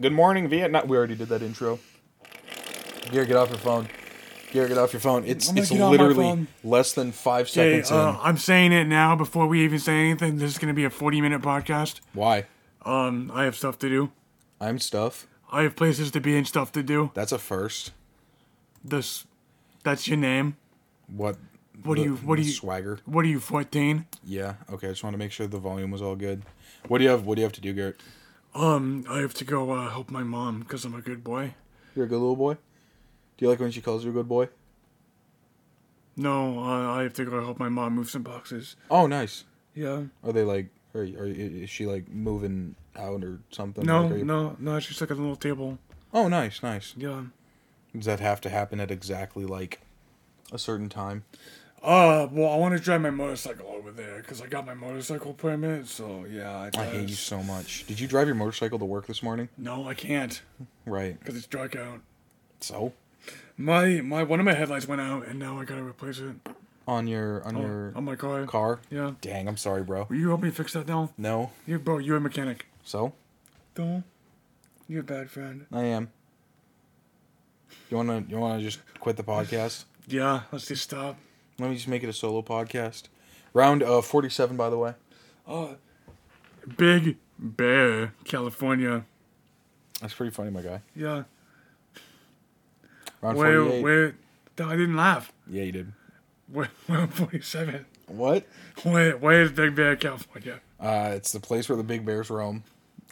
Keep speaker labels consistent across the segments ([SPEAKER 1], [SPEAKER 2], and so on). [SPEAKER 1] Good morning, Vietnam. We already did that intro.
[SPEAKER 2] Garrett, get off your phone. Garrett, get off your phone. It's
[SPEAKER 3] I'm gonna
[SPEAKER 2] it's
[SPEAKER 3] get off my
[SPEAKER 2] literally
[SPEAKER 3] phone.
[SPEAKER 2] less than five
[SPEAKER 3] Okay,
[SPEAKER 2] seconds
[SPEAKER 3] uh, I'm saying it now before we even say anything. This is going to be a 40 minute podcast.
[SPEAKER 2] in. Why?
[SPEAKER 3] Um, I have stuff to do.
[SPEAKER 2] I'm stuff.
[SPEAKER 3] I have places to be and stuff to do.
[SPEAKER 2] That's a first.
[SPEAKER 3] This, that's your name.
[SPEAKER 2] What?
[SPEAKER 3] What do
[SPEAKER 2] the-
[SPEAKER 3] you- what do
[SPEAKER 2] the
[SPEAKER 3] you-
[SPEAKER 2] Swagger.
[SPEAKER 3] What are you, 14?
[SPEAKER 2] Yeah. Okay. I just want to make sure the volume was all good. What do you have? What do you have to do, Garrett?
[SPEAKER 3] Um, I have to go uh, help my mom because I'm a good boy.
[SPEAKER 2] You're a good little boy. Do you like when she calls you a good boy?
[SPEAKER 3] No, uh, I have to go help my mom move some boxes.
[SPEAKER 2] Oh, nice.
[SPEAKER 3] Yeah.
[SPEAKER 2] Are they like? Are, are is she like moving out or something?
[SPEAKER 3] No,
[SPEAKER 2] Like, are you-
[SPEAKER 3] no, no. She's like at the little table.
[SPEAKER 2] Oh, nice, nice.
[SPEAKER 3] Yeah.
[SPEAKER 2] Does that have to happen at exactly like a certain time?
[SPEAKER 3] Uh, well, I want to drive my motorcycle over there because I got my motorcycle permit. So yeah, I,
[SPEAKER 2] I hate you so much. Did you drive your motorcycle to work this morning?
[SPEAKER 3] No, I can't
[SPEAKER 2] Right.
[SPEAKER 3] because it's dark out.
[SPEAKER 2] So
[SPEAKER 3] My my one of my headlights went out, and now I gotta replace it
[SPEAKER 2] on your
[SPEAKER 3] Oh,
[SPEAKER 2] on your
[SPEAKER 3] on my car.
[SPEAKER 2] car.
[SPEAKER 3] Yeah.
[SPEAKER 2] Dang, I'm sorry, bro.
[SPEAKER 3] Will you help me fix that now?
[SPEAKER 2] No.
[SPEAKER 3] You bro, you're a mechanic.
[SPEAKER 2] So
[SPEAKER 3] Don't. You're a bad friend.
[SPEAKER 2] I am. You wanna you wanna just quit the podcast?
[SPEAKER 3] Yeah, let's just stop.
[SPEAKER 2] Let me just make it a solo podcast. Round uh, 47, by the way.
[SPEAKER 3] Uh, Big Bear, California.
[SPEAKER 2] That's pretty funny, my guy.
[SPEAKER 3] Yeah.
[SPEAKER 2] Round
[SPEAKER 3] Where
[SPEAKER 2] 48.
[SPEAKER 3] where? No, I didn't laugh.
[SPEAKER 2] Yeah, you did.
[SPEAKER 3] Where, where 47?
[SPEAKER 2] What?
[SPEAKER 3] Where where is Big Bear, California?
[SPEAKER 2] Uh, it's the place where the big bears roam.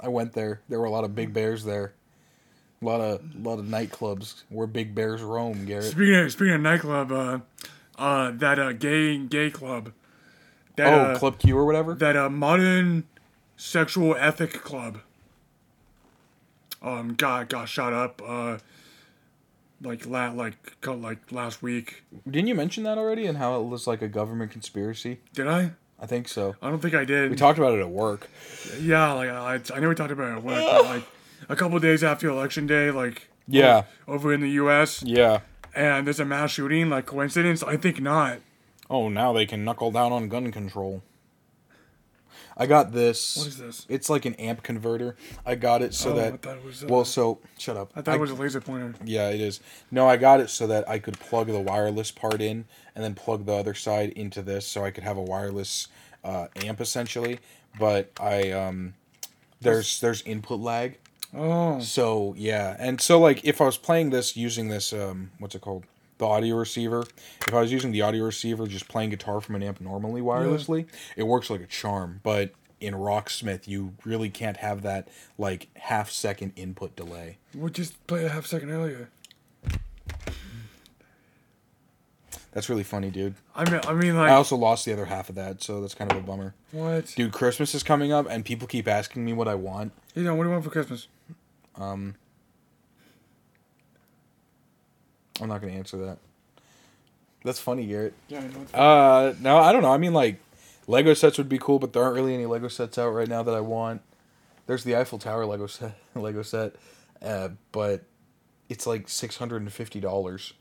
[SPEAKER 2] I went there. There were a lot of big bears there. A lot of lot of nightclubs where big bears roam, Garrett.
[SPEAKER 3] Speaking of, speaking of nightclub, uh, uh, that uh, gay gay club. That,
[SPEAKER 2] Oh,
[SPEAKER 3] uh,
[SPEAKER 2] Club Q or whatever?
[SPEAKER 3] that uh, modern sexual ethic club um got got shot up uh like la- like co- like last week
[SPEAKER 2] Didn't you mention that already and how it was like a government conspiracy?
[SPEAKER 3] did i
[SPEAKER 2] I think so.
[SPEAKER 3] i don't think i did
[SPEAKER 2] We talked about it at work.
[SPEAKER 3] yeah like i i know we talked about it at work, but, like a couple days after election day like
[SPEAKER 2] Yeah.
[SPEAKER 3] over in the us
[SPEAKER 2] Yeah.
[SPEAKER 3] and there's a mass shooting like coincidence i think not
[SPEAKER 2] Oh, now they can knuckle down on gun control. I got this.
[SPEAKER 3] What is this?
[SPEAKER 2] It's like an amp converter. I got it so
[SPEAKER 3] Oh,
[SPEAKER 2] that.
[SPEAKER 3] I thought it was, uh,
[SPEAKER 2] well, so shut up.
[SPEAKER 3] i thought it was a laser pointer
[SPEAKER 2] Yeah, it is. No, I got it so that I could plug the wireless part in and then plug the other side into this, so I could have a wireless uh, amp essentially. But I um, there's there's input lag.
[SPEAKER 3] oh
[SPEAKER 2] So yeah, and so like if I was playing this using this um what's it called the audio receiver, if I was using the audio receiver just playing guitar from an amp normally wirelessly, it works like a charm. But in Rocksmith, you really can't have that like half second input delay.
[SPEAKER 3] we just played a half second earlier
[SPEAKER 2] That's really funny, dude.
[SPEAKER 3] i mean i mean like
[SPEAKER 2] I also lost the other half of that, so that's kind of a bummer.
[SPEAKER 3] what
[SPEAKER 2] Dude, Christmas is coming up, and people keep asking me what I want.
[SPEAKER 3] you know what do you want for christmas
[SPEAKER 2] I'm not gonna answer that. That's funny, Garrett.
[SPEAKER 3] yeah I know.
[SPEAKER 2] Uh, no, I don't know. I mean, like, Lego sets would be cool, but there aren't really any Lego sets out right now that I want. There's the Eiffel Tower Lego set, Lego set, uh, but it's like six hundred and fifty dollars.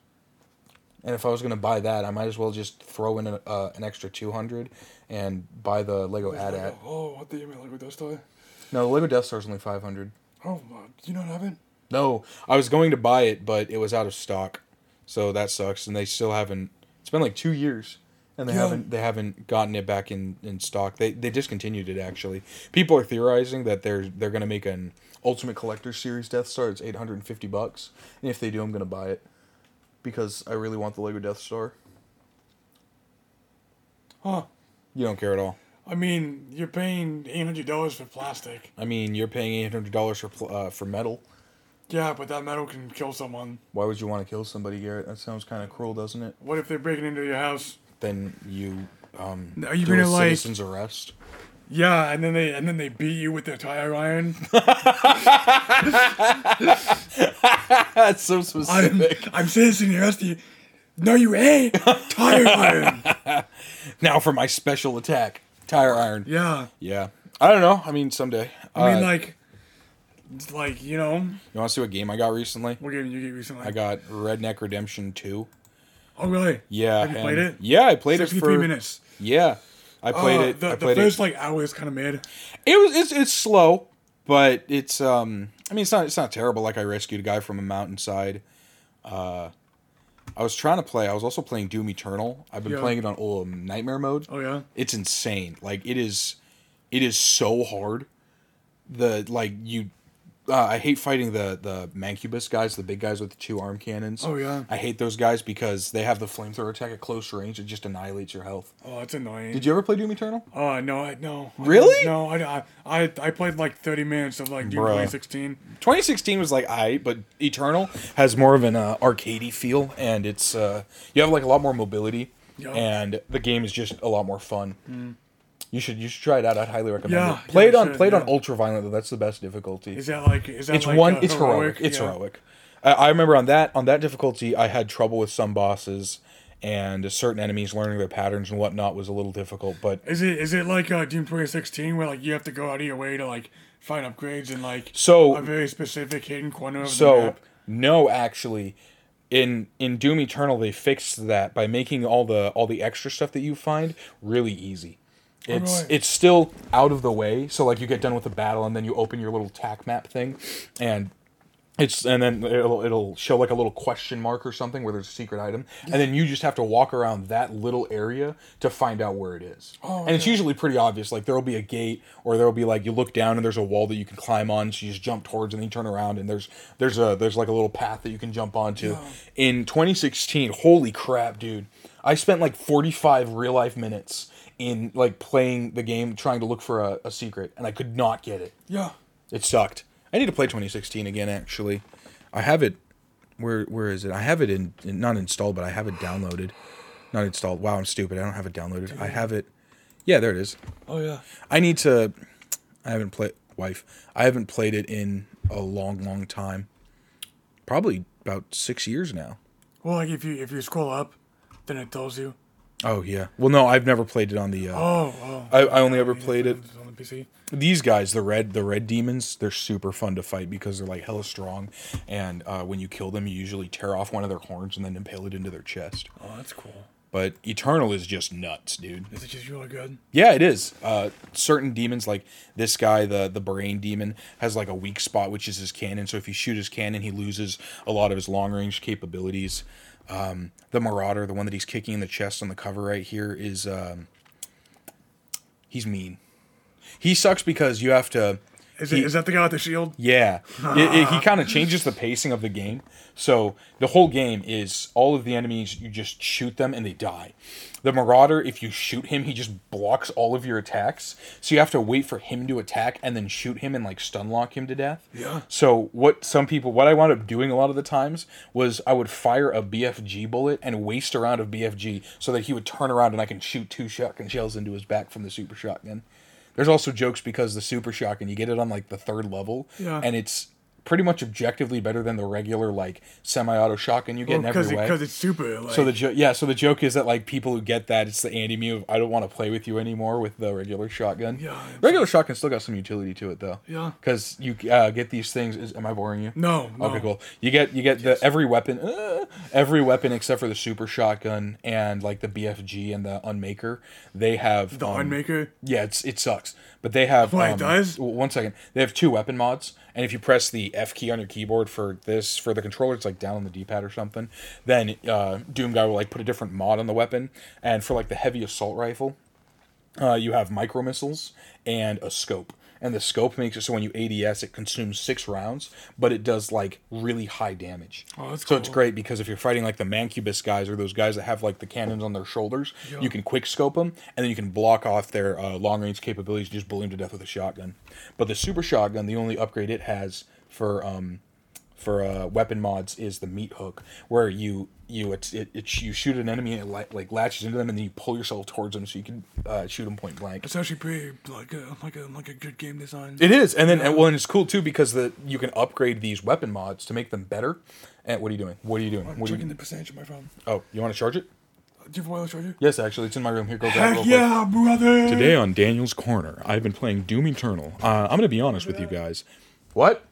[SPEAKER 2] And if I was gonna buy that, I might as well just throw in a, uh, an extra two hundred and buy the Lego ad ad.
[SPEAKER 3] Oh, what the you mean like with Dust Toy?
[SPEAKER 2] No, the Lego Death Star's only five hundred.
[SPEAKER 3] Oh, uh, you not have it?
[SPEAKER 2] No, I was going to buy it, but it was out of stock, so that sucks. And they still haven't. It's been like two years, and they
[SPEAKER 3] Yeah.
[SPEAKER 2] haven't they haven't gotten it back in, in stock. They they discontinued it actually. People are theorizing that they're they're gonna make an Ultimate Collector Series Death Star. It's eight hundred and fifty bucks, and if they do, I'm gonna buy it because I really want the Lego Death Star.
[SPEAKER 3] Huh.
[SPEAKER 2] You don't care at all.
[SPEAKER 3] I mean, you're paying eight hundred dollars for plastic.
[SPEAKER 2] I mean, you're paying eight hundred dollars for pl- uh, for metal.
[SPEAKER 3] Yeah, but that metal can kill someone.
[SPEAKER 2] Why would you want to kill somebody, Garrett? That sounds kind of cruel, doesn't it?
[SPEAKER 3] What if they're breaking into your house?
[SPEAKER 2] Then you um
[SPEAKER 3] Are you
[SPEAKER 2] do a
[SPEAKER 3] gonna like?
[SPEAKER 2] citizen's arrest.
[SPEAKER 3] Yeah, and then they and then they beat you with their tire iron.
[SPEAKER 2] That's so
[SPEAKER 3] I'm,
[SPEAKER 2] specific.
[SPEAKER 3] I'm citizen arrest you. No, you ain't. Tire iron.
[SPEAKER 2] now for my special attack, tire iron. Yeah.
[SPEAKER 3] Yeah,
[SPEAKER 2] I don't know. I mean, someday.
[SPEAKER 3] I mean
[SPEAKER 2] Uh,
[SPEAKER 3] like, it's like you know,
[SPEAKER 2] you want to see what game I got recently?
[SPEAKER 3] what game did you get recently?
[SPEAKER 2] I got Redneck Redemption Two.
[SPEAKER 3] oh really?
[SPEAKER 2] Yeah.
[SPEAKER 3] Have you played
[SPEAKER 2] and-
[SPEAKER 3] it?
[SPEAKER 2] Yeah, I played it
[SPEAKER 3] Sixty-three
[SPEAKER 2] for
[SPEAKER 3] minutes.
[SPEAKER 2] Yeah, I played
[SPEAKER 3] Uh,
[SPEAKER 2] it.
[SPEAKER 3] The,
[SPEAKER 2] I
[SPEAKER 3] the
[SPEAKER 2] played
[SPEAKER 3] first
[SPEAKER 2] it.
[SPEAKER 3] like hour is kind of mid.
[SPEAKER 2] It was it's it's slow, but it's um I mean, it's not it's not terrible. Like I rescued a guy from a mountainside. Uh, I was trying to play. I was also playing Doom Eternal. I've been
[SPEAKER 3] Yeah.
[SPEAKER 2] playing it on um, Nightmare mode.
[SPEAKER 3] Oh yeah.
[SPEAKER 2] It's insane. Like it is, it is so hard. The like you, uh, I hate fighting the the mancubus guys, the big guys with the two arm cannons.
[SPEAKER 3] Oh yeah.
[SPEAKER 2] I hate those guys because they have the flamethrower attack at close range. It just annihilates your health.
[SPEAKER 3] Oh, that's annoying.
[SPEAKER 2] Did you ever play Doom Eternal?
[SPEAKER 3] Uh, no, I no. I-
[SPEAKER 2] Really?
[SPEAKER 3] no, I, I I I played like thirty minutes of like Doom
[SPEAKER 2] Bruh.
[SPEAKER 3] 2016.
[SPEAKER 2] 2016 was like I, but Eternal has more of an uh, arcadey feel, and it's uh, you have like a lot more mobility,
[SPEAKER 3] Yeah. Mm.
[SPEAKER 2] and the game is just a lot more fun. You should you should try it out. I'd highly recommend
[SPEAKER 3] Yeah,
[SPEAKER 2] it. Play
[SPEAKER 3] yeah,
[SPEAKER 2] it on
[SPEAKER 3] sure,
[SPEAKER 2] play it on
[SPEAKER 3] yeah.
[SPEAKER 2] ultraviolet though. That's the best difficulty.
[SPEAKER 3] Is that like is that
[SPEAKER 2] it's
[SPEAKER 3] like,
[SPEAKER 2] one.
[SPEAKER 3] uh,
[SPEAKER 2] it's heroic. It's
[SPEAKER 3] Yeah.
[SPEAKER 2] heroic. I, I remember on that on that difficulty, I had trouble with some bosses and certain enemies learning their patterns and whatnot was a little difficult, but
[SPEAKER 3] Is it is it like uh, Doom 2016 where like you have to go out of your way to like find upgrades and like
[SPEAKER 2] so
[SPEAKER 3] a very specific hidden corner of the
[SPEAKER 2] So
[SPEAKER 3] map?
[SPEAKER 2] no, actually, in in Doom Eternal they fixed that by making all the all the extra stuff that you find really easy. It's
[SPEAKER 3] Alright.
[SPEAKER 2] it's still out of the way, so like you get done with the battle and then you open your little tack map thing, and it's and then it'll it'll show like a little question mark or something where there's a secret item, and then you just have to walk around that little area to find out where it is.
[SPEAKER 3] Oh,
[SPEAKER 2] and it's usually pretty obvious. Like there'll be a gate, or there'll be like you look down and there's a wall that you can climb on. So you just jump towards, and then you turn around and there's there's a there's like a little path that you can jump onto. In 2016, holy crap, dude! I spent like 45 real life minutes in like playing the game trying to look for a, a secret, and I could not get it.
[SPEAKER 3] Yeah.
[SPEAKER 2] It sucked. I need to play 2016 again. Actually, I have it. Where where is it? I have it in, in- not installed, but I have it downloaded. Not installed. Wow, I'm stupid. I don't have it downloaded. I have it. Yeah, there it is.
[SPEAKER 3] Oh yeah.
[SPEAKER 2] I need to. I haven't played wife. I haven't played it in a long, long time. Probably about six years now.
[SPEAKER 3] Well, like if you if you scroll up, then it tells you.
[SPEAKER 2] Oh yeah. Well, no, I've never played it on the. Uh,
[SPEAKER 3] Oh, oh.
[SPEAKER 2] I, I only ever played it.
[SPEAKER 3] It's on the PC.
[SPEAKER 2] These guys, the red, the red demons, they're super fun to fight because they're like hella strong, and uh, when you kill them, you usually tear off one of their horns and then impale it into their chest.
[SPEAKER 3] Oh, that's cool.
[SPEAKER 2] But Eternal is just nuts, dude.
[SPEAKER 3] Is it just really good?
[SPEAKER 2] Yeah, it is. Uh, certain demons, like this guy, the the brain demon, has like a weak spot, which is his cannon. So if you shoot his cannon, he loses a lot of his long range capabilities. Um, the Marauder, the one that he's kicking in the chest on the cover right here, is um, he's mean. He sucks because you have to.
[SPEAKER 3] Is
[SPEAKER 2] He-
[SPEAKER 3] it is that the guy with the shield?
[SPEAKER 2] Yeah, It- it- he kind of changes the pacing of the game. So the whole game is all of the enemies. You just shoot them and they die. The Marauder, if you shoot him, he just blocks all of your attacks. So you have to wait for him to attack and then shoot him and like stun lock him to death.
[SPEAKER 3] Yeah.
[SPEAKER 2] So what some people, what I wound up doing a lot of the times was I would fire a BFG bullet and waste a round of BFG so that he would turn around and I can shoot two shotgun shells into his back from the super shotgun. There's also jokes because the super shotgun you get it on like the third level,
[SPEAKER 3] Yeah.
[SPEAKER 2] and it's pretty much objectively better than the regular like semi-auto shotgun you get in
[SPEAKER 3] Because
[SPEAKER 2] every way.
[SPEAKER 3] because it's super. Like,
[SPEAKER 2] so the jo- yeah, so the joke is that like people who get that it's the Andy move. I don't want to play with you anymore with the regular shotgun.
[SPEAKER 3] Yeah, it's-
[SPEAKER 2] regular shotgun still got some utility to it though.
[SPEAKER 3] Yeah.
[SPEAKER 2] because you uh, get these things. Is, am I boring you?
[SPEAKER 3] no, no.
[SPEAKER 2] Okay, cool. You get you get the every weapon, uh, every weapon except for the super shotgun and like the BFG and the Unmaker. They have
[SPEAKER 3] The
[SPEAKER 2] um,
[SPEAKER 3] Unmaker.
[SPEAKER 2] yeah, it's it sucks. But they have
[SPEAKER 3] Wait,
[SPEAKER 2] um,
[SPEAKER 3] does?
[SPEAKER 2] w- one second. They have two weapon mods, and if you press the F key on your keyboard for this for the controller, it's like down on the D pad or something. Then uh, Doom Guy will like put a different mod on the weapon, and for like the heavy assault rifle, uh, you have micro missiles and a scope. And the scope makes it so when you ADS, it consumes six rounds, but it does like really high damage.
[SPEAKER 3] Oh, that's
[SPEAKER 2] so it's
[SPEAKER 3] cool.
[SPEAKER 2] great because if you're fighting like the Mancubus guys or those guys that have like the cannons on their shoulders, you can quick scope them and then you can block off their uh, long range capabilities, just blow them to death with a shotgun. But the super shotgun, the only upgrade it has for um, for uh, weapon mods is the meat hook, where you you it's it, it you shoot an enemy and it li- like latches into them, and then you pull yourself towards them so you can uh, shoot them point blank.
[SPEAKER 3] It's actually pretty like a like a like a good game design.
[SPEAKER 2] It is, and then and, well, and it's cool too because the you can upgrade these weapon mods to make them better. And what are you doing? What are you doing?
[SPEAKER 3] I'm
[SPEAKER 2] What are
[SPEAKER 3] checking
[SPEAKER 2] you,
[SPEAKER 3] the percentage of my phone.
[SPEAKER 2] oh, you want to charge it?
[SPEAKER 3] Do you have a wireless charger?
[SPEAKER 2] Yes, actually, it's in my room. Here, go grab it.
[SPEAKER 3] Heck
[SPEAKER 2] real quick.
[SPEAKER 3] yeah, brother!
[SPEAKER 2] Today on Daniel's Corner, I've been playing Doom Eternal. Uh, I'm gonna be honest with you guys. What?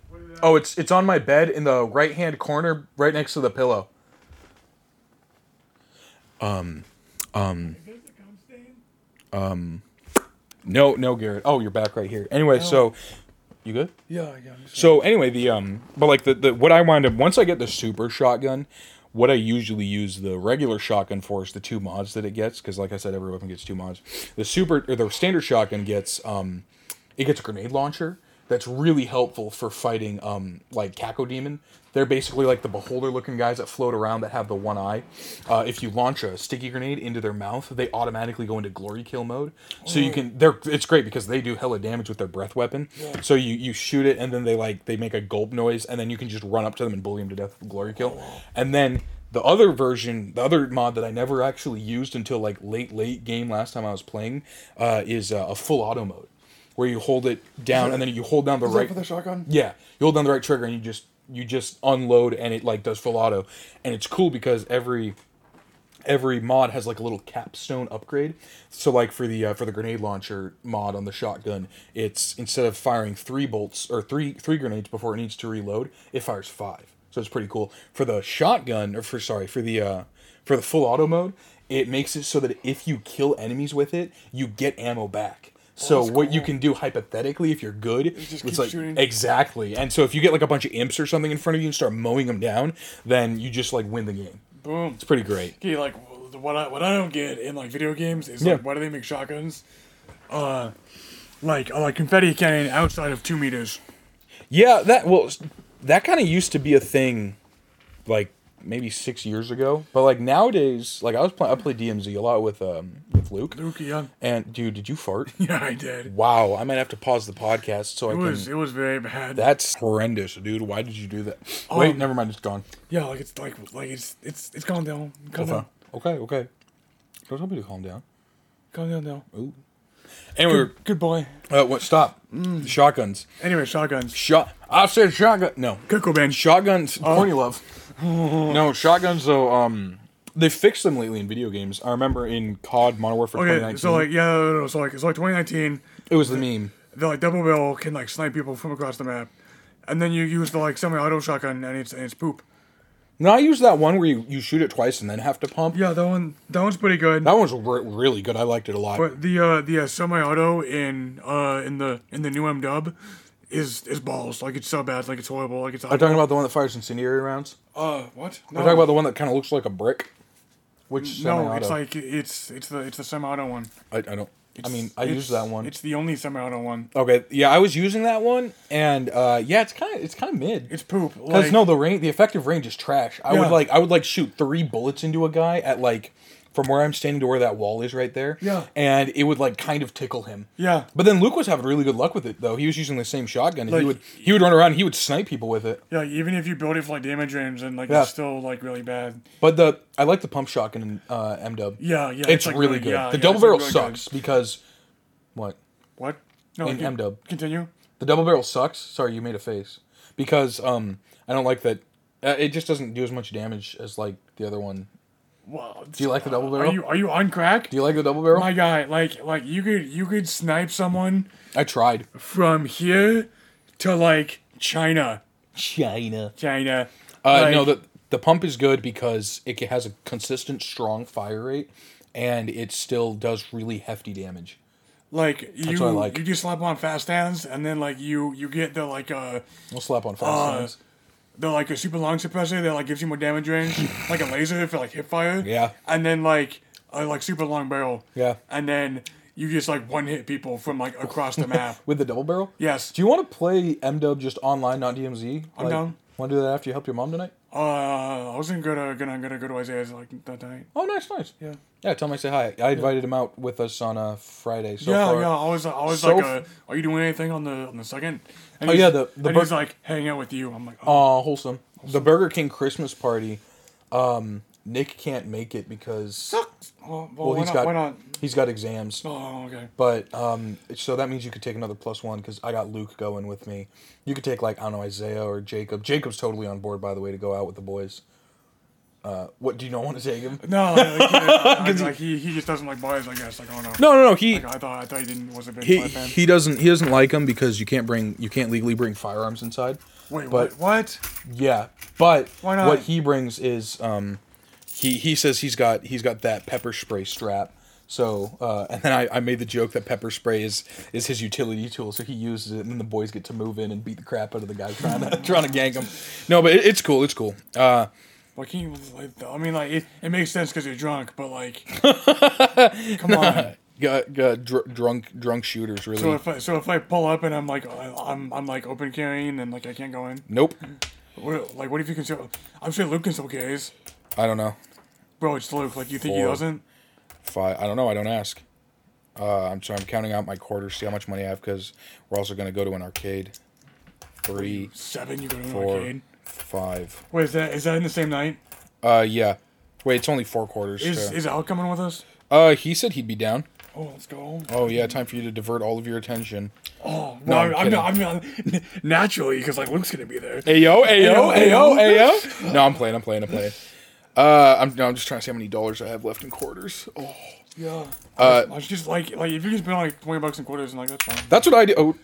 [SPEAKER 2] Oh, it's it's on my bed in the right hand corner, right next to the pillow. No, no, Garrett. Oh, you're back right here. Anyway, so You good?
[SPEAKER 3] Yeah, yeah. I'm sorry.
[SPEAKER 2] So anyway, the um, but like the, the what I wind up once I get the super shotgun, what I usually use the regular shotgun for is the two mods that it gets because like I said, every weapon gets two mods. The super or the standard shotgun gets um, it gets a grenade launcher that's really helpful for fighting um like Caco Demon. They're basically like the beholder looking guys that float around that have the one eye. Uh, if you launch a sticky grenade into their mouth, they automatically go into glory kill mode. So you can they're it's great because they do hella damage with their breath weapon. So you you shoot it and then they like they make a gulp noise and then you can just run up to them and bully them to death with glory kill. And then the other version, the other mod that I never actually used until like late late game last time I was playing, uh, is uh, a full auto mode where you hold it down and then you hold down the
[SPEAKER 3] Is that
[SPEAKER 2] right
[SPEAKER 3] for the shotgun?
[SPEAKER 2] yeah, you hold down the right trigger and you just you just unload and it like does full auto, and it's cool because every every mod has like a little capstone upgrade. So like for the uh, for the grenade launcher mod on the shotgun, it's instead of firing three bolts or three three grenades before it needs to reload, it fires five. So it's pretty cool. For the shotgun or for sorry for the uh, for the full auto mode, it makes it so that if you kill enemies with it, you get ammo back.
[SPEAKER 3] Oh,
[SPEAKER 2] So what you can do hypothetically, if you're good,
[SPEAKER 3] just
[SPEAKER 2] it's
[SPEAKER 3] keep
[SPEAKER 2] like
[SPEAKER 3] shooting.
[SPEAKER 2] exactly. And so if you get like a bunch of imps or something in front of you and start mowing them down, then you just like win the game.
[SPEAKER 3] Boom.
[SPEAKER 2] It's pretty great.
[SPEAKER 3] Okay, like w- what I what I don't get in like video games is
[SPEAKER 2] Yeah.
[SPEAKER 3] like why do they make shotguns? Uh, like uh, like confetti cannon outside of two meters.
[SPEAKER 2] Yeah, that well, that kind of used to be a thing, like maybe six years ago. But like nowadays, like I was playing, I played DMZ a lot with um with Luke.
[SPEAKER 3] Luke, yeah,
[SPEAKER 2] And dude, did you fart?
[SPEAKER 3] yeah, I did.
[SPEAKER 2] wow, I might have to pause the podcast so I
[SPEAKER 3] It
[SPEAKER 2] can.
[SPEAKER 3] was it was very bad.
[SPEAKER 2] That's horrendous, dude. Why did you do that? Wait,
[SPEAKER 3] Um,
[SPEAKER 2] never mind. It's gone.
[SPEAKER 3] yeah, like it's like like it's it's it's calm down, calm down,
[SPEAKER 2] Okay, okay. I was hoping to calm down.
[SPEAKER 3] calm down now.
[SPEAKER 2] Ooh. Anyway,
[SPEAKER 3] Good boy.
[SPEAKER 2] uh, what? Stop.
[SPEAKER 3] Mm.
[SPEAKER 2] Shotguns.
[SPEAKER 3] Anyway, shotguns.
[SPEAKER 2] Shot. I said shotgun. No.
[SPEAKER 3] Kurt Cobain.
[SPEAKER 2] Shotguns,
[SPEAKER 3] Oh.
[SPEAKER 2] corny love. no, shotguns though. Um, they fixed them lately in video games. I remember in COD Modern Warfare
[SPEAKER 3] Okay,
[SPEAKER 2] 2019,
[SPEAKER 3] so like yeah, no, no, no, so like so like 2019,
[SPEAKER 2] it was the meme.
[SPEAKER 3] the like double barrel can like snipe people from across the map, and then you use the like semi-auto shotgun and it's and it's poop.
[SPEAKER 2] No, I used that one where you, you shoot it twice and then have to pump.
[SPEAKER 3] Yeah, that one that one's pretty good.
[SPEAKER 2] That one's re- really good. I liked it a lot.
[SPEAKER 3] But the uh, the uh, semi-auto in uh, in the in the new M Dub is is balls. Like it's so bad. Like it's horrible. Like it's.
[SPEAKER 2] Are you talking about the one that fires incendiary rounds?
[SPEAKER 3] uh what? No,
[SPEAKER 2] We're talking about the one that kind of looks like a brick. Which
[SPEAKER 3] no it's
[SPEAKER 2] semi-auto?
[SPEAKER 3] like it's it's the it's the semi-auto one.
[SPEAKER 2] I, I don't. I mean, I
[SPEAKER 3] It's-
[SPEAKER 2] used that one.
[SPEAKER 3] It's the only semi-auto one.
[SPEAKER 2] Okay, yeah, I was using that one, and uh, yeah, it's kind of it's kind of mid.
[SPEAKER 3] It's poop.
[SPEAKER 2] Because
[SPEAKER 3] Like,
[SPEAKER 2] no, the range, the effective range is trash. I
[SPEAKER 3] Yeah.
[SPEAKER 2] would like, I would like shoot three bullets into a guy at like, from where I'm standing to where that wall is right there.
[SPEAKER 3] Yeah.
[SPEAKER 2] And it would like kind of tickle him.
[SPEAKER 3] Yeah.
[SPEAKER 2] But then Luke was having really good luck with it though. He was using the same shotgun. and
[SPEAKER 3] Like-
[SPEAKER 2] he would he would run around. And he would snipe people with it.
[SPEAKER 3] Yeah, even if you build it for like damage range and like
[SPEAKER 2] Yeah.
[SPEAKER 3] it's still like really bad.
[SPEAKER 2] But the I like the pump shotgun in uh, M Dub.
[SPEAKER 3] Yeah, yeah.
[SPEAKER 2] It's,
[SPEAKER 3] like,
[SPEAKER 2] really
[SPEAKER 3] really-
[SPEAKER 2] good.
[SPEAKER 3] yeah,
[SPEAKER 2] the
[SPEAKER 3] yeah,
[SPEAKER 2] double
[SPEAKER 3] it's, like,
[SPEAKER 2] barrel
[SPEAKER 3] really good.
[SPEAKER 2] sucks because, what?
[SPEAKER 3] What? No,
[SPEAKER 2] In
[SPEAKER 3] you-
[SPEAKER 2] M-Dub.
[SPEAKER 3] Continue.
[SPEAKER 2] The double barrel sucks. Sorry, you made a face because um I don't like that. Uh, it just doesn't do as much damage as like the other one.
[SPEAKER 3] Wow.
[SPEAKER 2] Do you like the double
[SPEAKER 3] Are
[SPEAKER 2] barrel?
[SPEAKER 3] you are you on crack?
[SPEAKER 2] do you like the double barrel?
[SPEAKER 3] My guy, like like you could you could snipe someone
[SPEAKER 2] I tried.
[SPEAKER 3] from here to like China.
[SPEAKER 2] China.
[SPEAKER 3] China.
[SPEAKER 2] Uh,
[SPEAKER 3] Like-
[SPEAKER 2] no, the the pump is good because it ca- has a consistent, strong fire rate, and it still does really hefty damage.
[SPEAKER 3] Like you,
[SPEAKER 2] what I like.
[SPEAKER 3] you just slap on fast hands, and then like you, you get the like uh
[SPEAKER 2] We'll slap on fast
[SPEAKER 3] Uh,
[SPEAKER 2] times.
[SPEAKER 3] the like a super long suppressor that like gives you more damage range, like a laser if it like hit fire.
[SPEAKER 2] Yeah.
[SPEAKER 3] And then like a like super long barrel.
[SPEAKER 2] Yeah.
[SPEAKER 3] And then you just like one hit people from like across the map.
[SPEAKER 2] With the double barrel.
[SPEAKER 3] yes.
[SPEAKER 2] Do you want to play MW just online, not DMZ?
[SPEAKER 3] I'm down.
[SPEAKER 2] Want to do that after you help your mom tonight?
[SPEAKER 3] Uh, I was gonna go to gonna gonna go to Isaiah's like that night.
[SPEAKER 2] Oh, nice, nice.
[SPEAKER 3] Yeah.
[SPEAKER 2] Yeah, tell him I say hi. I invited him out with us on a Friday. So
[SPEAKER 3] yeah,
[SPEAKER 2] far.
[SPEAKER 3] yeah. I was, I was
[SPEAKER 2] so
[SPEAKER 3] like, uh,
[SPEAKER 2] f-
[SPEAKER 3] "Are you doing anything on the on the second? And
[SPEAKER 2] Oh,
[SPEAKER 3] he's-
[SPEAKER 2] yeah, the- the
[SPEAKER 3] and
[SPEAKER 2] bur-
[SPEAKER 3] he's like, "Hang out with you." I'm like, "Oh,
[SPEAKER 2] Aw, wholesome. The Burger King Christmas party. Um, Nick can't make it because
[SPEAKER 3] well, well,
[SPEAKER 2] well,
[SPEAKER 3] why
[SPEAKER 2] he's
[SPEAKER 3] not?
[SPEAKER 2] got
[SPEAKER 3] why not?"
[SPEAKER 2] he's got exams.
[SPEAKER 3] Oh, okay.
[SPEAKER 2] But um, so that means you could take another plus one because I got Luke going with me. You could take like I don't know Isaiah or Jacob. Jacob's totally on board by the way to go out with the boys. Uh, what do you not want to take him?
[SPEAKER 3] No, like, he, I- I- like, he, he just doesn't like boys, I guess. Like, oh no.
[SPEAKER 2] No, no, no. He
[SPEAKER 3] Like, I thought I thought he didn't was a big
[SPEAKER 2] he
[SPEAKER 3] boy fan.
[SPEAKER 2] he doesn't he doesn't like him because you can't bring you can't legally bring firearms inside.
[SPEAKER 3] Wait,
[SPEAKER 2] but-
[SPEAKER 3] what? What?
[SPEAKER 2] Yeah, but
[SPEAKER 3] Why not?
[SPEAKER 2] what he brings is um, he he says he's got he's got that pepper spray strap. So uh, and then I, I made the joke that pepper spray is is his utility tool, so he uses it, and then the boys get to move in and beat the crap out of the guy trying to trying to gank him. No, but it, it's cool. It's cool. Uh,
[SPEAKER 3] Like, can you, like, I mean, like, it, it makes sense because you're drunk, but, like, come on.
[SPEAKER 2] got, got dr- drunk drunk shooters really.
[SPEAKER 3] So if I, so if I pull up and I'm like I, I'm I'm like open carrying and like I can't go in.
[SPEAKER 2] nope.
[SPEAKER 3] What, like what if you can still? I'm sure Luke can still gaze.
[SPEAKER 2] I don't know.
[SPEAKER 3] Bro, it's Luke. Like you think he
[SPEAKER 2] Four.
[SPEAKER 3] doesn't?
[SPEAKER 2] Five. I don't know. I don't ask. Uh, I'm sorry. I'm counting out my quarters, see how much money I have, because we're also gonna go to an arcade. Three,
[SPEAKER 3] Seven, you go to an
[SPEAKER 2] four,
[SPEAKER 3] arcade.
[SPEAKER 2] five.
[SPEAKER 3] Wait, is that is that in the same night?
[SPEAKER 2] Uh, yeah. Wait, it's only four quarters.
[SPEAKER 3] Is
[SPEAKER 2] so-
[SPEAKER 3] is Al coming with us?
[SPEAKER 2] uh, he said he'd be down.
[SPEAKER 3] Oh, let's go.
[SPEAKER 2] Oh yeah, time for you to divert all of your attention.
[SPEAKER 3] Oh
[SPEAKER 2] No,
[SPEAKER 3] no,
[SPEAKER 2] I'm
[SPEAKER 3] I'm, I'm not. I'm not naturally because like Luke's gonna be there.
[SPEAKER 2] Ayo, ayo, ayo,
[SPEAKER 3] Ayo,
[SPEAKER 2] ayo. no, I'm playing. I'm playing. I'm playing. Uh, I'm no, I'm just trying to see how many dollars I have left in quarters. Oh,
[SPEAKER 3] Yeah.
[SPEAKER 2] Uh,
[SPEAKER 3] I was just like like if you just been on like twenty bucks and quarters and like that's fine.
[SPEAKER 2] that's what I do. Oh,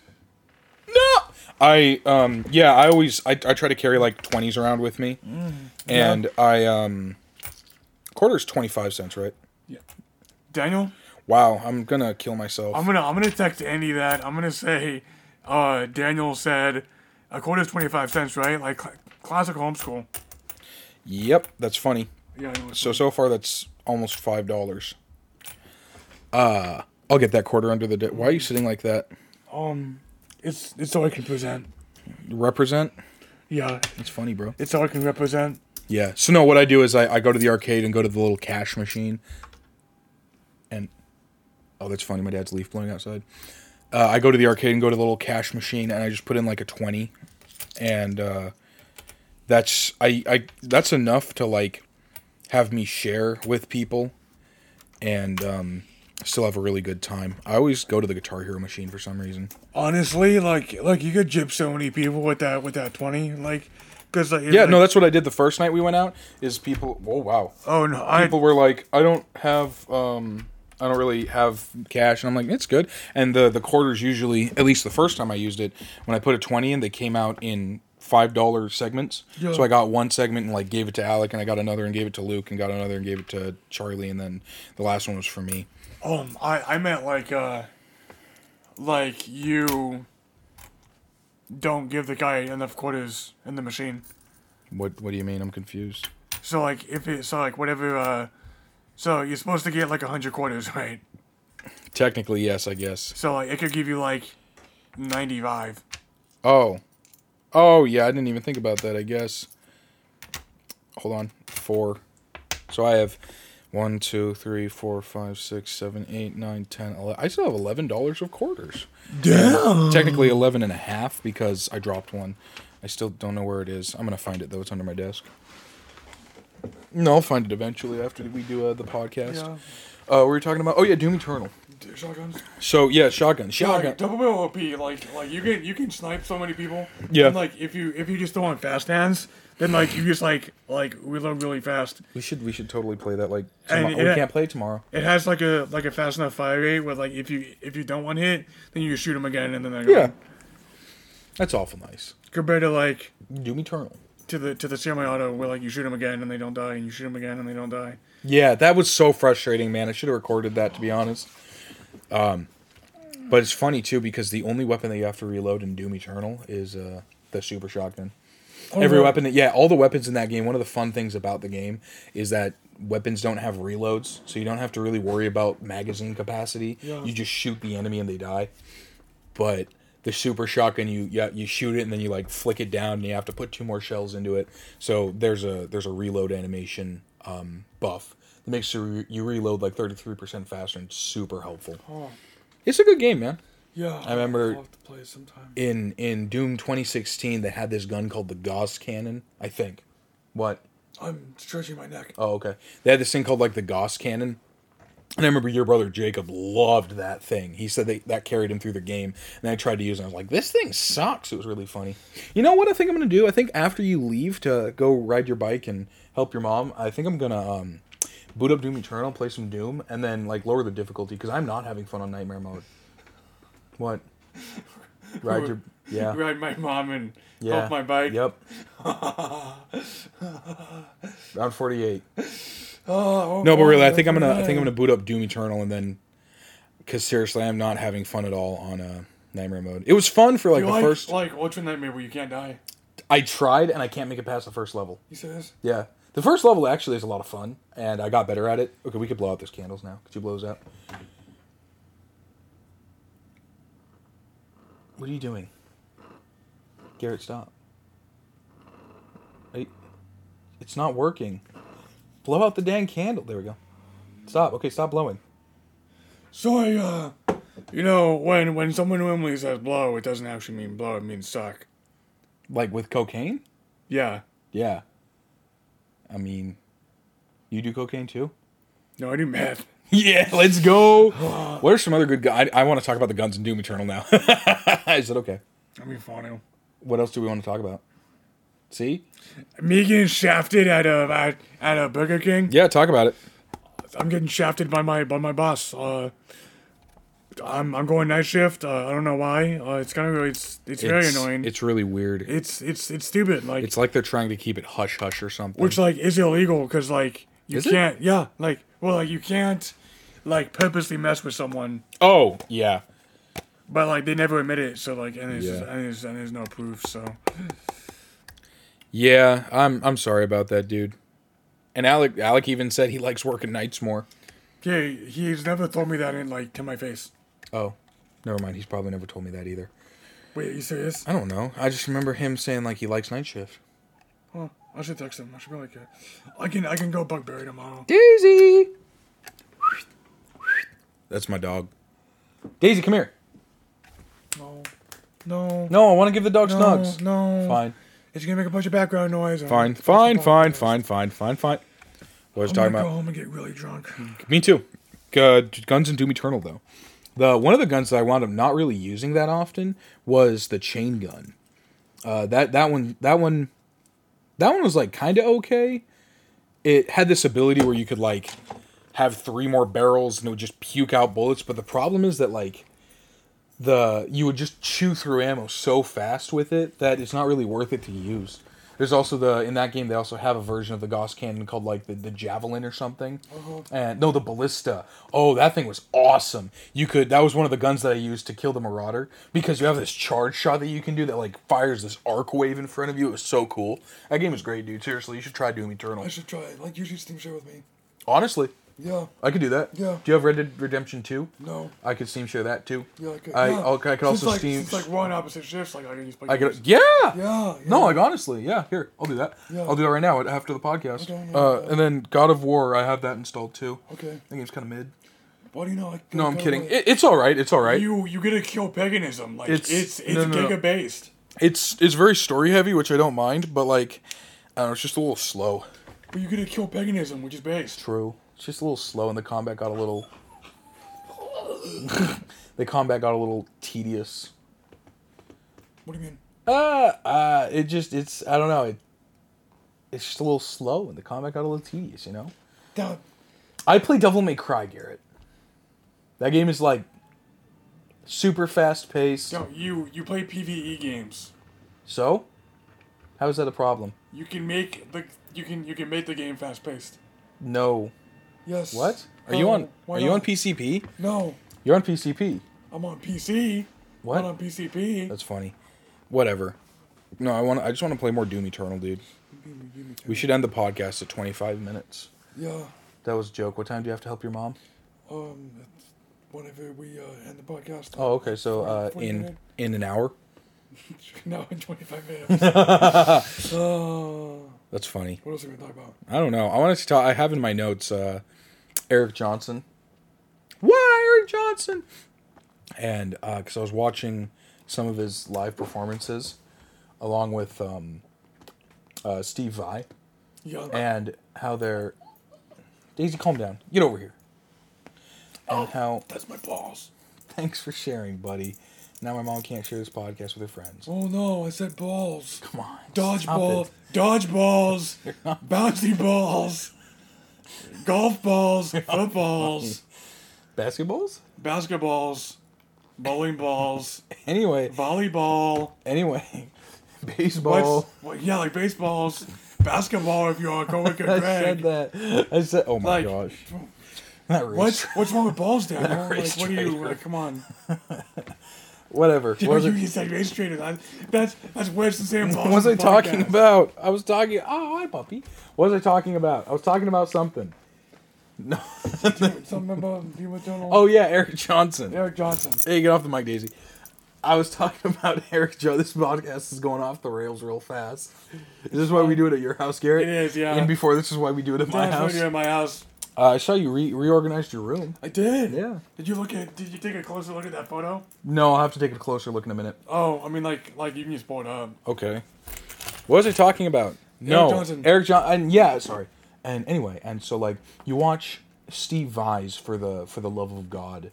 [SPEAKER 2] no. I um yeah, I always I, I try to carry like twenties around with me, and I um quarters twenty five cents, right?
[SPEAKER 3] Yeah. Daniel,
[SPEAKER 2] Wow, I'm gonna kill myself.
[SPEAKER 3] I'm gonna I'm gonna text Andy that I'm gonna say, uh, Daniel said, a quarter is twenty five cents, right? Like cl- classic homeschool.
[SPEAKER 2] yep, that's funny.
[SPEAKER 3] Yeah. it was-
[SPEAKER 2] So so far that's almost five dollars. Uh, I'll get that quarter under the. Di- Why are you sitting like that?
[SPEAKER 3] Um, it's it's all I can present.
[SPEAKER 2] Represent.
[SPEAKER 3] Yeah,
[SPEAKER 2] It's funny, bro.
[SPEAKER 3] it's all I can represent.
[SPEAKER 2] Yeah. So no, what I do is I, I go to the arcade and go to the little cash machine, and oh, that's funny. My dad's leaf blowing outside. Uh, I go to the arcade and go to the little cash machine, and I just put in like a twenty, and uh, that's I, I that's enough to like have me share with people, and um, still have a really good time. I always go to the Guitar Hero machine for some reason.
[SPEAKER 3] Honestly, like like you could gyp so many people with that with that twenty, like, cause like
[SPEAKER 2] Yeah,
[SPEAKER 3] like,
[SPEAKER 2] no, that's what I did the first night we went out. Is people? Oh wow.
[SPEAKER 3] oh no, I
[SPEAKER 2] people were like, I don't have, um, I don't really have cash, and I'm like, it's good. And the the quarters usually, at least the first time I used it, when I put a twenty in, they came out in five dollar segments.
[SPEAKER 3] Yeah.
[SPEAKER 2] So I got one segment and like gave it to Alec, and I got another and gave it to Luke, and got another and gave it to Charlie, and then the last one was for me.
[SPEAKER 3] um I I meant like uh, like you don't give the guy enough quarters in the machine.
[SPEAKER 2] What What do you mean? I'm confused.
[SPEAKER 3] So like if it so like whatever uh, so you're supposed to get like hundred quarters, right?
[SPEAKER 2] Technically, yes, I guess.
[SPEAKER 3] So like it could give you like ninety five.
[SPEAKER 2] Oh, oh yeah, I didn't even think about that. I guess. Hold on, four. So I have one, two, three, four, five, six, seven, eight, nine, ten, eleven. I still have eleven dollars of quarters.
[SPEAKER 3] Damn.
[SPEAKER 2] Technically eleven and a half because I dropped one. I still don't know where it is. I'm gonna find it though. It's under my desk. No, I'll find it eventually after we do uh, the podcast.
[SPEAKER 3] Yeah.
[SPEAKER 2] Uh, we were talking about. Oh yeah, Doom Eternal.
[SPEAKER 3] Shotguns.
[SPEAKER 2] So yeah, shotgun,
[SPEAKER 3] Like,
[SPEAKER 2] shotgun.
[SPEAKER 3] double barrel OP, like like you can you can snipe so many people.
[SPEAKER 2] Yeah.
[SPEAKER 3] And, like if you if you just throw on fast hands, then like you just like like reload really fast.
[SPEAKER 2] We should we should totally play that like.
[SPEAKER 3] And
[SPEAKER 2] Tomorrow.
[SPEAKER 3] it-
[SPEAKER 2] we can't play it tomorrow.
[SPEAKER 3] It has like a like a fast enough fire rate where like if you if you don't one hit, then you shoot them again and then they're
[SPEAKER 2] Yeah.
[SPEAKER 3] gone.
[SPEAKER 2] That's awful nice.
[SPEAKER 3] Compared to like
[SPEAKER 2] Doom Eternal.
[SPEAKER 3] to the to the semi auto where like you shoot them again and they don't die and you shoot them again and they don't die.
[SPEAKER 2] Yeah, that was so frustrating, man. I should have recorded that to be honest. Um, but it's funny too because the only weapon that you have to reload in Doom Eternal is uh, the super shotgun. Every
[SPEAKER 3] really?
[SPEAKER 2] weapon that yeah, all the weapons in that game. One of the fun things about the game is that weapons don't have reloads, so you don't have to really worry about magazine capacity.
[SPEAKER 3] Yeah.
[SPEAKER 2] You just shoot the enemy and they die. But the super shotgun, you yeah, you shoot it and then you like flick it down and you have to put two more shells into it. So there's a there's a reload animation um, buff that makes you you reload like 33% faster and super helpful.
[SPEAKER 3] Oh.
[SPEAKER 2] It's a good game, man
[SPEAKER 3] Yeah. I
[SPEAKER 2] remember- I'll have
[SPEAKER 3] to play sometime.
[SPEAKER 2] in in Doom 2016 they had this gun called the Gauss cannon, I think. What?
[SPEAKER 3] I'm stretching my neck.
[SPEAKER 2] Oh, okay. They had this thing called like the Gauss cannon. And I remember your brother Jacob loved that thing. He said that that carried him through the game. And I tried to use it. And I was like, this thing sucks. It was really funny. You know what I think I'm going to do? I think after you leave to go ride your bike and help your mom, I think I'm going to um, boot up Doom Eternal, play some Doom, and then like lower the difficulty because I'm not having fun on Nightmare Mode. What? Ride your. Yeah.
[SPEAKER 3] Ride my mom and
[SPEAKER 2] Yeah.
[SPEAKER 3] help my bike.
[SPEAKER 2] Yep. Round 48.
[SPEAKER 3] Oh,
[SPEAKER 2] No, but really, I think I'm gonna I think I'm gonna boot up Doom Eternal and then, because seriously, I'm not having fun at all on uh, Nightmare mode. It was fun for like
[SPEAKER 3] You
[SPEAKER 2] the
[SPEAKER 3] like,
[SPEAKER 2] first.
[SPEAKER 3] like Ultra Nightmare where you can't die.
[SPEAKER 2] I tried and I can't make it past the first level.
[SPEAKER 3] He says.
[SPEAKER 2] Yeah, the first level actually is a lot of fun, and I got better at it. Okay, we could blow out those candles now. Could you blow those out? What are you doing, Garrett? Stop. I, it's not working. Blow out the dang candle. There we go. Stop. Okay, stop blowing.
[SPEAKER 3] So I, uh, you know, when when someone normally says blow, it doesn't actually mean blow. It means suck.
[SPEAKER 2] Like with cocaine?
[SPEAKER 3] Yeah.
[SPEAKER 2] Yeah. I mean, you do cocaine too?
[SPEAKER 3] No, I do math.
[SPEAKER 2] Yeah, let's go. what are some other good guys? I, want to talk about the Guns and Doom Eternal now. Is it okay?
[SPEAKER 3] I mean, funny.
[SPEAKER 2] What else do we want to talk about? See?
[SPEAKER 3] Me getting shafted at a at, at a Burger King.
[SPEAKER 2] Yeah, talk about it.
[SPEAKER 3] I'm getting shafted by my by my boss. Uh, I'm I'm going night shift. Uh, I don't know why. Uh, it's kind of it's it's very annoying.
[SPEAKER 2] It's really weird.
[SPEAKER 3] It's it's it's stupid. Like
[SPEAKER 2] it's like they're trying to keep it hush hush or something.
[SPEAKER 3] which like is illegal because like you
[SPEAKER 2] Is it?
[SPEAKER 3] can't. Yeah, like well, like you can't like purposely mess with someone,
[SPEAKER 2] oh yeah,
[SPEAKER 3] but like they never admit it. So like and it's
[SPEAKER 2] Yeah.
[SPEAKER 3] and, it's, and there's no proof. So
[SPEAKER 2] yeah. I'm I'm sorry about that, dude. And Alec Alec even said he likes working nights more.
[SPEAKER 3] yeah, he's never told me that in like to my face.
[SPEAKER 2] Oh, never mind. He's probably never told me that either.
[SPEAKER 3] Wait, are you serious?
[SPEAKER 2] I don't know. I just remember him saying like he likes night shift.
[SPEAKER 3] Huh, I should text him. I should be like, uh, I can I can go bugberry tomorrow.
[SPEAKER 2] Daisy. That's my dog. Daisy, come here.
[SPEAKER 3] No, no,
[SPEAKER 2] No, I want to give the dog snugs.
[SPEAKER 3] no.
[SPEAKER 2] Fine,
[SPEAKER 3] It's gonna make a bunch of background noise. and-
[SPEAKER 2] fine, fine, fine, fine, fine, fine, fine. What was I talking
[SPEAKER 3] I'm gonna go
[SPEAKER 2] about?
[SPEAKER 3] home and get really drunk.
[SPEAKER 2] Me too. Uh, guns and Doom Eternal though. The one of the guns that I wound up not really using that often was the chain gun. Uh, that that one that one that one was like kind of okay. It had this ability where you could like have three more barrels and it would just puke out bullets. But the problem is that like the you would just chew through ammo so fast with it that it's not really worth it to use. There's also the in that game they also have a version of the Gauss cannon called like the, the javelin or something, and no the ballista. Oh, that thing was awesome. You could that was one of the guns that I used to kill the marauder because you have this charge shot that you can do that like fires this arc wave in front of you. It was so cool. That game was great, dude. Seriously, you should try Doom Eternal.
[SPEAKER 3] I should try it. Like you should steam share with me.
[SPEAKER 2] Honestly,
[SPEAKER 3] Yeah.
[SPEAKER 2] I could do that.
[SPEAKER 3] Yeah.
[SPEAKER 2] Do you have Red Dead Redemption Two?
[SPEAKER 3] No.
[SPEAKER 2] I could Steam share that too.
[SPEAKER 3] Yeah. I could.
[SPEAKER 2] I,
[SPEAKER 3] yeah.
[SPEAKER 2] I'll- I could
[SPEAKER 3] Since,
[SPEAKER 2] also
[SPEAKER 3] like,
[SPEAKER 2] Steam.
[SPEAKER 3] Since like we're on opposite shifts, like I can use.
[SPEAKER 2] I could. Yeah.
[SPEAKER 3] Yeah.
[SPEAKER 2] No, like honestly, yeah. Here, I'll do that.
[SPEAKER 3] Yeah.
[SPEAKER 2] I'll do that right now after the podcast.
[SPEAKER 3] Okay, yeah,
[SPEAKER 2] uh,
[SPEAKER 3] yeah.
[SPEAKER 2] and then God of War, I have that installed too.
[SPEAKER 3] Okay.
[SPEAKER 2] That game's kind of mid.
[SPEAKER 3] What do you know? Like,
[SPEAKER 2] No, I'm kidding. It, it's all right. It's all right.
[SPEAKER 3] you you get to kill paganism. Like it's
[SPEAKER 2] It's-
[SPEAKER 3] it's, it's
[SPEAKER 2] no, no, no.
[SPEAKER 3] giga based.
[SPEAKER 2] It's it's very story heavy, which I don't mind, but like, I don't know, it's just a little slow.
[SPEAKER 3] But you get to kill paganism, which is based.
[SPEAKER 2] True. It's just a little slow, and the combat got a little. the combat got a little tedious.
[SPEAKER 3] What do you mean?
[SPEAKER 2] Uh, uh, it just it's I don't know it. It's just a little slow, and the combat got a little tedious. You know.
[SPEAKER 3] That
[SPEAKER 2] I play Devil May Cry, Garrett. That game is like super fast paced.
[SPEAKER 3] no, you you play PVE games.
[SPEAKER 2] So, how is that a problem?
[SPEAKER 3] You can make the you can you can make the game fast paced.
[SPEAKER 2] No.
[SPEAKER 3] Yes.
[SPEAKER 2] What? Are you on? Are you on PCP?
[SPEAKER 3] No,
[SPEAKER 2] You're on PCP.
[SPEAKER 3] I'm on PC. Not on
[SPEAKER 2] What?
[SPEAKER 3] PCP.
[SPEAKER 2] That's funny. Whatever. No, I want. I just want to play more Doom Eternal, dude. We should end the podcast at 25 minutes.
[SPEAKER 3] Yeah.
[SPEAKER 2] That was a joke. What time do you have to help your mom?
[SPEAKER 3] Um. it's Whenever we uh, end the podcast.
[SPEAKER 2] Oh, okay. So uh, in in an hour.
[SPEAKER 3] No, in 25 minutes. uh, what
[SPEAKER 2] That's funny.
[SPEAKER 3] else are we gonna talk about?
[SPEAKER 2] I don't know. I wanted to talk. I have in my notes uh, Eric Johnson. Why Eric Johnson? And because I was watching some of his live performances along with um, uh, Steve Vai
[SPEAKER 3] Yeah.
[SPEAKER 2] and how they're. Daisy, calm down. Get over here. And how.
[SPEAKER 3] That's my balls.
[SPEAKER 2] Thanks for sharing, buddy. Now my mom can't share this podcast with her friends.
[SPEAKER 3] Oh no, I said balls.
[SPEAKER 2] Come on. stop
[SPEAKER 3] Dodgeball,
[SPEAKER 2] it.
[SPEAKER 3] dodgeballs, bouncy balls, golf balls, footballs,
[SPEAKER 2] Basketballs?
[SPEAKER 3] basketballs, bowling balls,
[SPEAKER 2] Anyway,
[SPEAKER 3] volleyball.
[SPEAKER 2] anyway.
[SPEAKER 3] What's,
[SPEAKER 2] Baseball.
[SPEAKER 3] what, yeah, like baseballs, basketball if you're going to
[SPEAKER 2] I said
[SPEAKER 3] Greg.
[SPEAKER 2] that. I said, oh my
[SPEAKER 3] Like,
[SPEAKER 2] gosh. That race.
[SPEAKER 3] What's what's wrong with balls, Dad? like,
[SPEAKER 2] race
[SPEAKER 3] what are you?
[SPEAKER 2] traitor.
[SPEAKER 3] Like, come on.
[SPEAKER 2] Whatever.
[SPEAKER 3] You,
[SPEAKER 2] What was
[SPEAKER 3] you
[SPEAKER 2] it-
[SPEAKER 3] used that race trainer. That, that's that's worse than saying balls.
[SPEAKER 2] what was
[SPEAKER 3] on
[SPEAKER 2] I
[SPEAKER 3] the
[SPEAKER 2] talking
[SPEAKER 3] podcast.
[SPEAKER 2] about? I was talking. Oh, hi, puppy. What was I talking about? I was talking about something. No.
[SPEAKER 3] Something about you were doing all-
[SPEAKER 2] oh yeah, Eric Johnson.
[SPEAKER 3] Eric Johnson.
[SPEAKER 2] Hey, get off the mic, Daisy. I was talking about Eric Joe. This podcast is going off the rails real fast. Is this why we do it at your house, Garrett?
[SPEAKER 3] It is, yeah.
[SPEAKER 2] And before this is why we do it at my
[SPEAKER 3] That's when
[SPEAKER 2] house.
[SPEAKER 3] you're in my house.
[SPEAKER 2] Uh, I saw you re- reorganized your room.
[SPEAKER 3] I did.
[SPEAKER 2] Yeah.
[SPEAKER 3] Did you look at? Did you take a closer look at that photo?
[SPEAKER 2] No, I'll have to take a closer look in a minute.
[SPEAKER 3] Oh, I mean, like, like you can just pull it up.
[SPEAKER 2] Okay. What was I talking about? No,
[SPEAKER 3] Johnson.
[SPEAKER 2] Eric John. And yeah, sorry. And anyway, and so like you watch Steve Vai's for the for the love of God,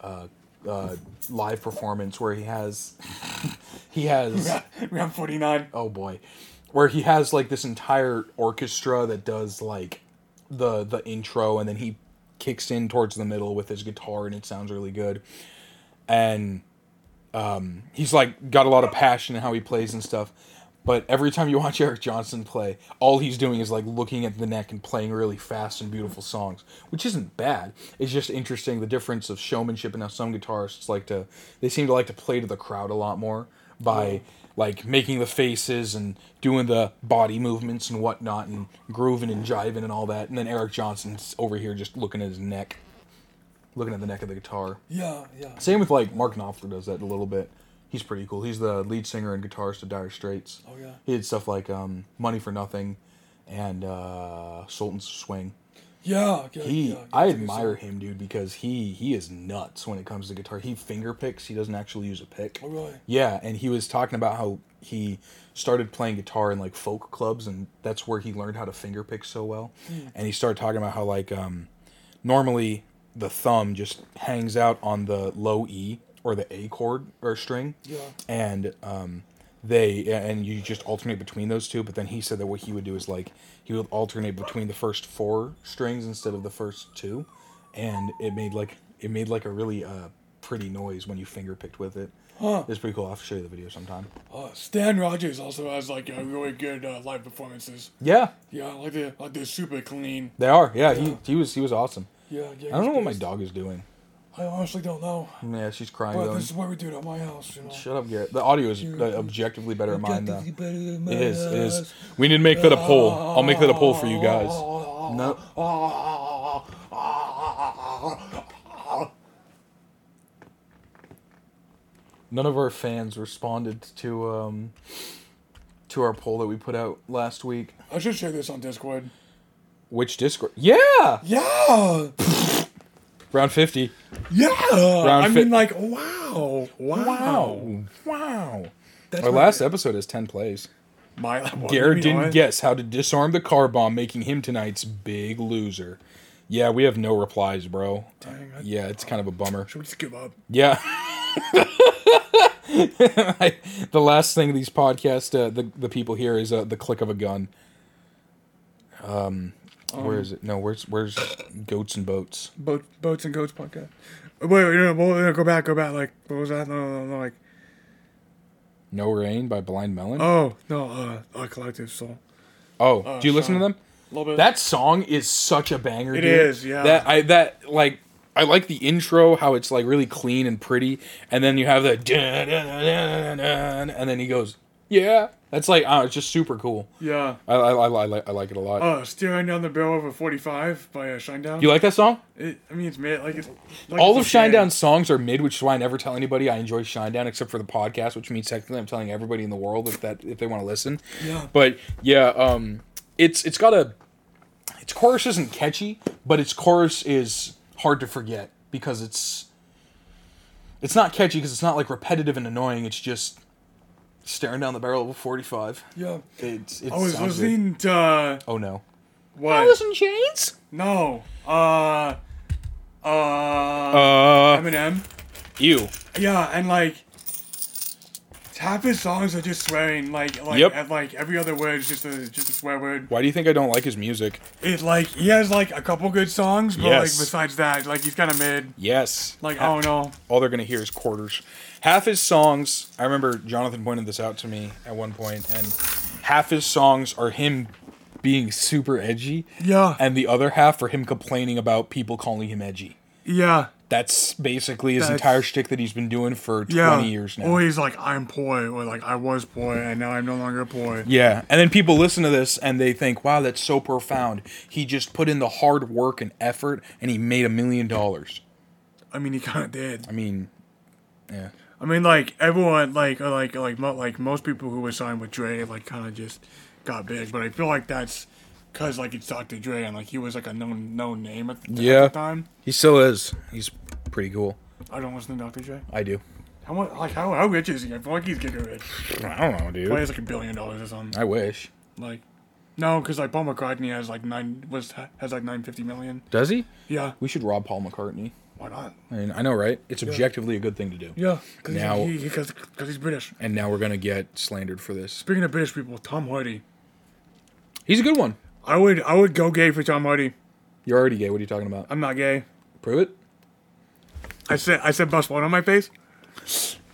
[SPEAKER 2] uh, uh, live performance where he has he has
[SPEAKER 3] we have 49.
[SPEAKER 2] oh boy where he has like this entire orchestra that does like the the intro and then he kicks in towards the middle with his guitar and it sounds really good and um, he's like got a lot of passion in how he plays and stuff but every time you watch eric johnson play all he's doing is like looking at the neck and playing really fast and beautiful songs which isn't bad it's just interesting the difference of showmanship and how some guitarists like to they seem to like to play to the crowd a lot more by like making the faces and doing the body movements and whatnot and grooving and jiving and all that and then eric johnson's over here just looking at his neck looking at the neck of the guitar
[SPEAKER 3] Yeah, yeah.
[SPEAKER 2] same with like Mark Knopfler does that a little bit. He's pretty cool. He's the lead singer and guitarist of Dire Straits.
[SPEAKER 3] Oh, yeah.
[SPEAKER 2] He did stuff like um, Money for Nothing and uh, Sultan's Swing.
[SPEAKER 3] Yeah, yeah,
[SPEAKER 2] He,
[SPEAKER 3] yeah,
[SPEAKER 2] I
[SPEAKER 3] that's a good
[SPEAKER 2] admire
[SPEAKER 3] song.
[SPEAKER 2] him, dude, because he he is nuts when it comes to guitar. He finger picks. He doesn't actually use a pick.
[SPEAKER 3] Oh, really?
[SPEAKER 2] Yeah, and he was talking about how he started playing guitar in like folk clubs, and that's where he learned how to finger pick so well.
[SPEAKER 3] Hmm.
[SPEAKER 2] And he started talking about how like um, normally the thumb just hangs out on the low E or the A chord or string,
[SPEAKER 3] Yeah.
[SPEAKER 2] and um, they and you just alternate between those two. But then he said that what he would do is like he would alternate between the first four strings instead of the first two, and it made like it made like a really uh, pretty noise when you finger picked with it.
[SPEAKER 3] Huh.
[SPEAKER 2] It's pretty cool. I'll have to show you the video sometime.
[SPEAKER 3] Uh, Stan Rogers also has like uh, really good uh, live performances.
[SPEAKER 2] Yeah,
[SPEAKER 3] Yeah, like they're like they're super clean.
[SPEAKER 2] they are. Yeah, he he was he was awesome.
[SPEAKER 3] Yeah, yeah.
[SPEAKER 2] I don't know what my dog is doing.
[SPEAKER 3] I honestly don't know.
[SPEAKER 2] Yeah, she's crying.
[SPEAKER 3] But
[SPEAKER 2] though.
[SPEAKER 3] this is what we do it at my house. You know.
[SPEAKER 2] Shut up, Garrett. The audio is uh, objectively better at mine though. uh, It is. It is. We need to make that a poll. I'll make that a poll for you guys. No.
[SPEAKER 3] Ah, ah.
[SPEAKER 2] None of our fans responded to um, to our poll that we put out last week.
[SPEAKER 3] I should share this on Discord.
[SPEAKER 2] Which Discord? Yeah,
[SPEAKER 3] Yeah,
[SPEAKER 2] round fifty.
[SPEAKER 3] yeah. I
[SPEAKER 2] fi-
[SPEAKER 3] mean, like, wow, wow.
[SPEAKER 2] wow.
[SPEAKER 3] That's
[SPEAKER 2] Our
[SPEAKER 3] my-
[SPEAKER 2] last episode has ten plays.
[SPEAKER 3] My well,
[SPEAKER 2] Garrett
[SPEAKER 3] you know
[SPEAKER 2] didn't
[SPEAKER 3] what?
[SPEAKER 2] guess how to disarm the car bomb, making him tonight's big loser. Yeah, we have no replies, bro.
[SPEAKER 3] Dang, I-
[SPEAKER 2] Yeah, it's kind of a bummer.
[SPEAKER 3] Should we just give up?
[SPEAKER 2] Yeah. the last thing these podcasts, uh, the the people here is uh, the click of a gun. Um, where is it? No, where's where's goats and boats?
[SPEAKER 3] Boat, boats and goats podcast. Wait, wait, no, no, no, go back, go back. Like, what was that? No, no, no, no like,
[SPEAKER 2] No rain by Blind Melon.
[SPEAKER 3] oh no, uh, a collective soul.
[SPEAKER 2] oh, do you listen to
[SPEAKER 3] Sean.
[SPEAKER 2] them?
[SPEAKER 3] little bit.
[SPEAKER 2] That song is such a banger. It
[SPEAKER 3] is, yeah.
[SPEAKER 2] That I that like I like the intro, how it's like really clean and pretty, and then you have the dun, dun, dun, dun, dun, and then he goes, yeah. That's like oh, it's just super cool.
[SPEAKER 3] yeah.
[SPEAKER 2] I I, I, I, like, I like it a lot.
[SPEAKER 3] Uh, steering down the barrel of a forty-five by uh, Shinedown.
[SPEAKER 2] you like that song?
[SPEAKER 3] it, I mean, it's made like it's like
[SPEAKER 2] All of
[SPEAKER 3] it's okay.
[SPEAKER 2] Shinedown's songs are mid, which is why I never tell anybody I enjoy Shinedown except for the podcast, which means technically I'm telling everybody in the world if that if they want to listen.
[SPEAKER 3] Yeah.
[SPEAKER 2] But yeah, um, it's it's got a its chorus isn't catchy, but its chorus is hard to forget because it's it's not catchy because it's not like repetitive and annoying. It's just staring down the barrel of a 45.
[SPEAKER 3] Yeah,
[SPEAKER 2] It's it's
[SPEAKER 3] I Oh, was
[SPEAKER 2] sounds good.
[SPEAKER 3] listening to uh,
[SPEAKER 2] Oh no.
[SPEAKER 3] what?
[SPEAKER 2] in Chains.
[SPEAKER 3] No, uh, uh,
[SPEAKER 2] Uh,
[SPEAKER 3] Eminem.
[SPEAKER 2] you.
[SPEAKER 3] Yeah, and like half his songs are just swearing, like like
[SPEAKER 2] Yep.
[SPEAKER 3] and, like every other word is just a just a swear word.
[SPEAKER 2] Why do you think I don't like his music?
[SPEAKER 3] It's like he has like a couple good songs, but
[SPEAKER 2] Yes.
[SPEAKER 3] like besides that, like he's kind of mid.
[SPEAKER 2] Yes.
[SPEAKER 3] Like I don't know.
[SPEAKER 2] all they're going to hear is quarters. Half his songs, I remember Jonathan pointed this out to me at one point, and half his songs are him being super edgy,
[SPEAKER 3] Yeah.
[SPEAKER 2] and the other half are him complaining about people calling him edgy.
[SPEAKER 3] yeah.
[SPEAKER 2] That's basically his
[SPEAKER 3] That's-
[SPEAKER 2] entire shtick that he's been doing for
[SPEAKER 3] Yeah.
[SPEAKER 2] twenty years now.
[SPEAKER 3] Or he's like, I'm poi, or like, I was poi, and now I'm no longer poi.
[SPEAKER 2] Yeah, and then people listen to this and they think, "Wow, that's so profound." He just put in the hard work and effort, and he made a million dollars.
[SPEAKER 3] I mean, he kind of did.
[SPEAKER 2] I mean, yeah,
[SPEAKER 3] I mean, like everyone, like uh, like like mo- like most people who were signed with Dre, like kind of just got big. But I feel like that's because like it's Dr. Dre, and like he was like a known known name at the, at the
[SPEAKER 2] Yeah.
[SPEAKER 3] time.
[SPEAKER 2] he still is. He's pretty cool.
[SPEAKER 3] I don't listen to Dr. Dre.
[SPEAKER 2] I do.
[SPEAKER 3] How much? Like how how rich is he? I feel like he's getting rich.
[SPEAKER 2] I don't know,
[SPEAKER 3] Probably
[SPEAKER 2] dude.
[SPEAKER 3] has like a billion dollars or something.
[SPEAKER 2] I wish.
[SPEAKER 3] Like. No, because like Paul McCartney has like nine was has like nine fifty million.
[SPEAKER 2] Does he?
[SPEAKER 3] Yeah,
[SPEAKER 2] We should rob Paul McCartney.
[SPEAKER 3] why not?
[SPEAKER 2] I mean, I know, right? It's objectively a good thing to do.
[SPEAKER 3] Yeah, because
[SPEAKER 2] Now-
[SPEAKER 3] he, because he's British.
[SPEAKER 2] And now we're gonna get slandered for this.
[SPEAKER 3] Speaking of British people, Tom Hardy.
[SPEAKER 2] He's a good one.
[SPEAKER 3] I would I would go gay for Tom Hardy.
[SPEAKER 2] You're already gay. What are you talking about?
[SPEAKER 3] I'm not gay.
[SPEAKER 2] Prove it.
[SPEAKER 3] I said I said bust one on my face.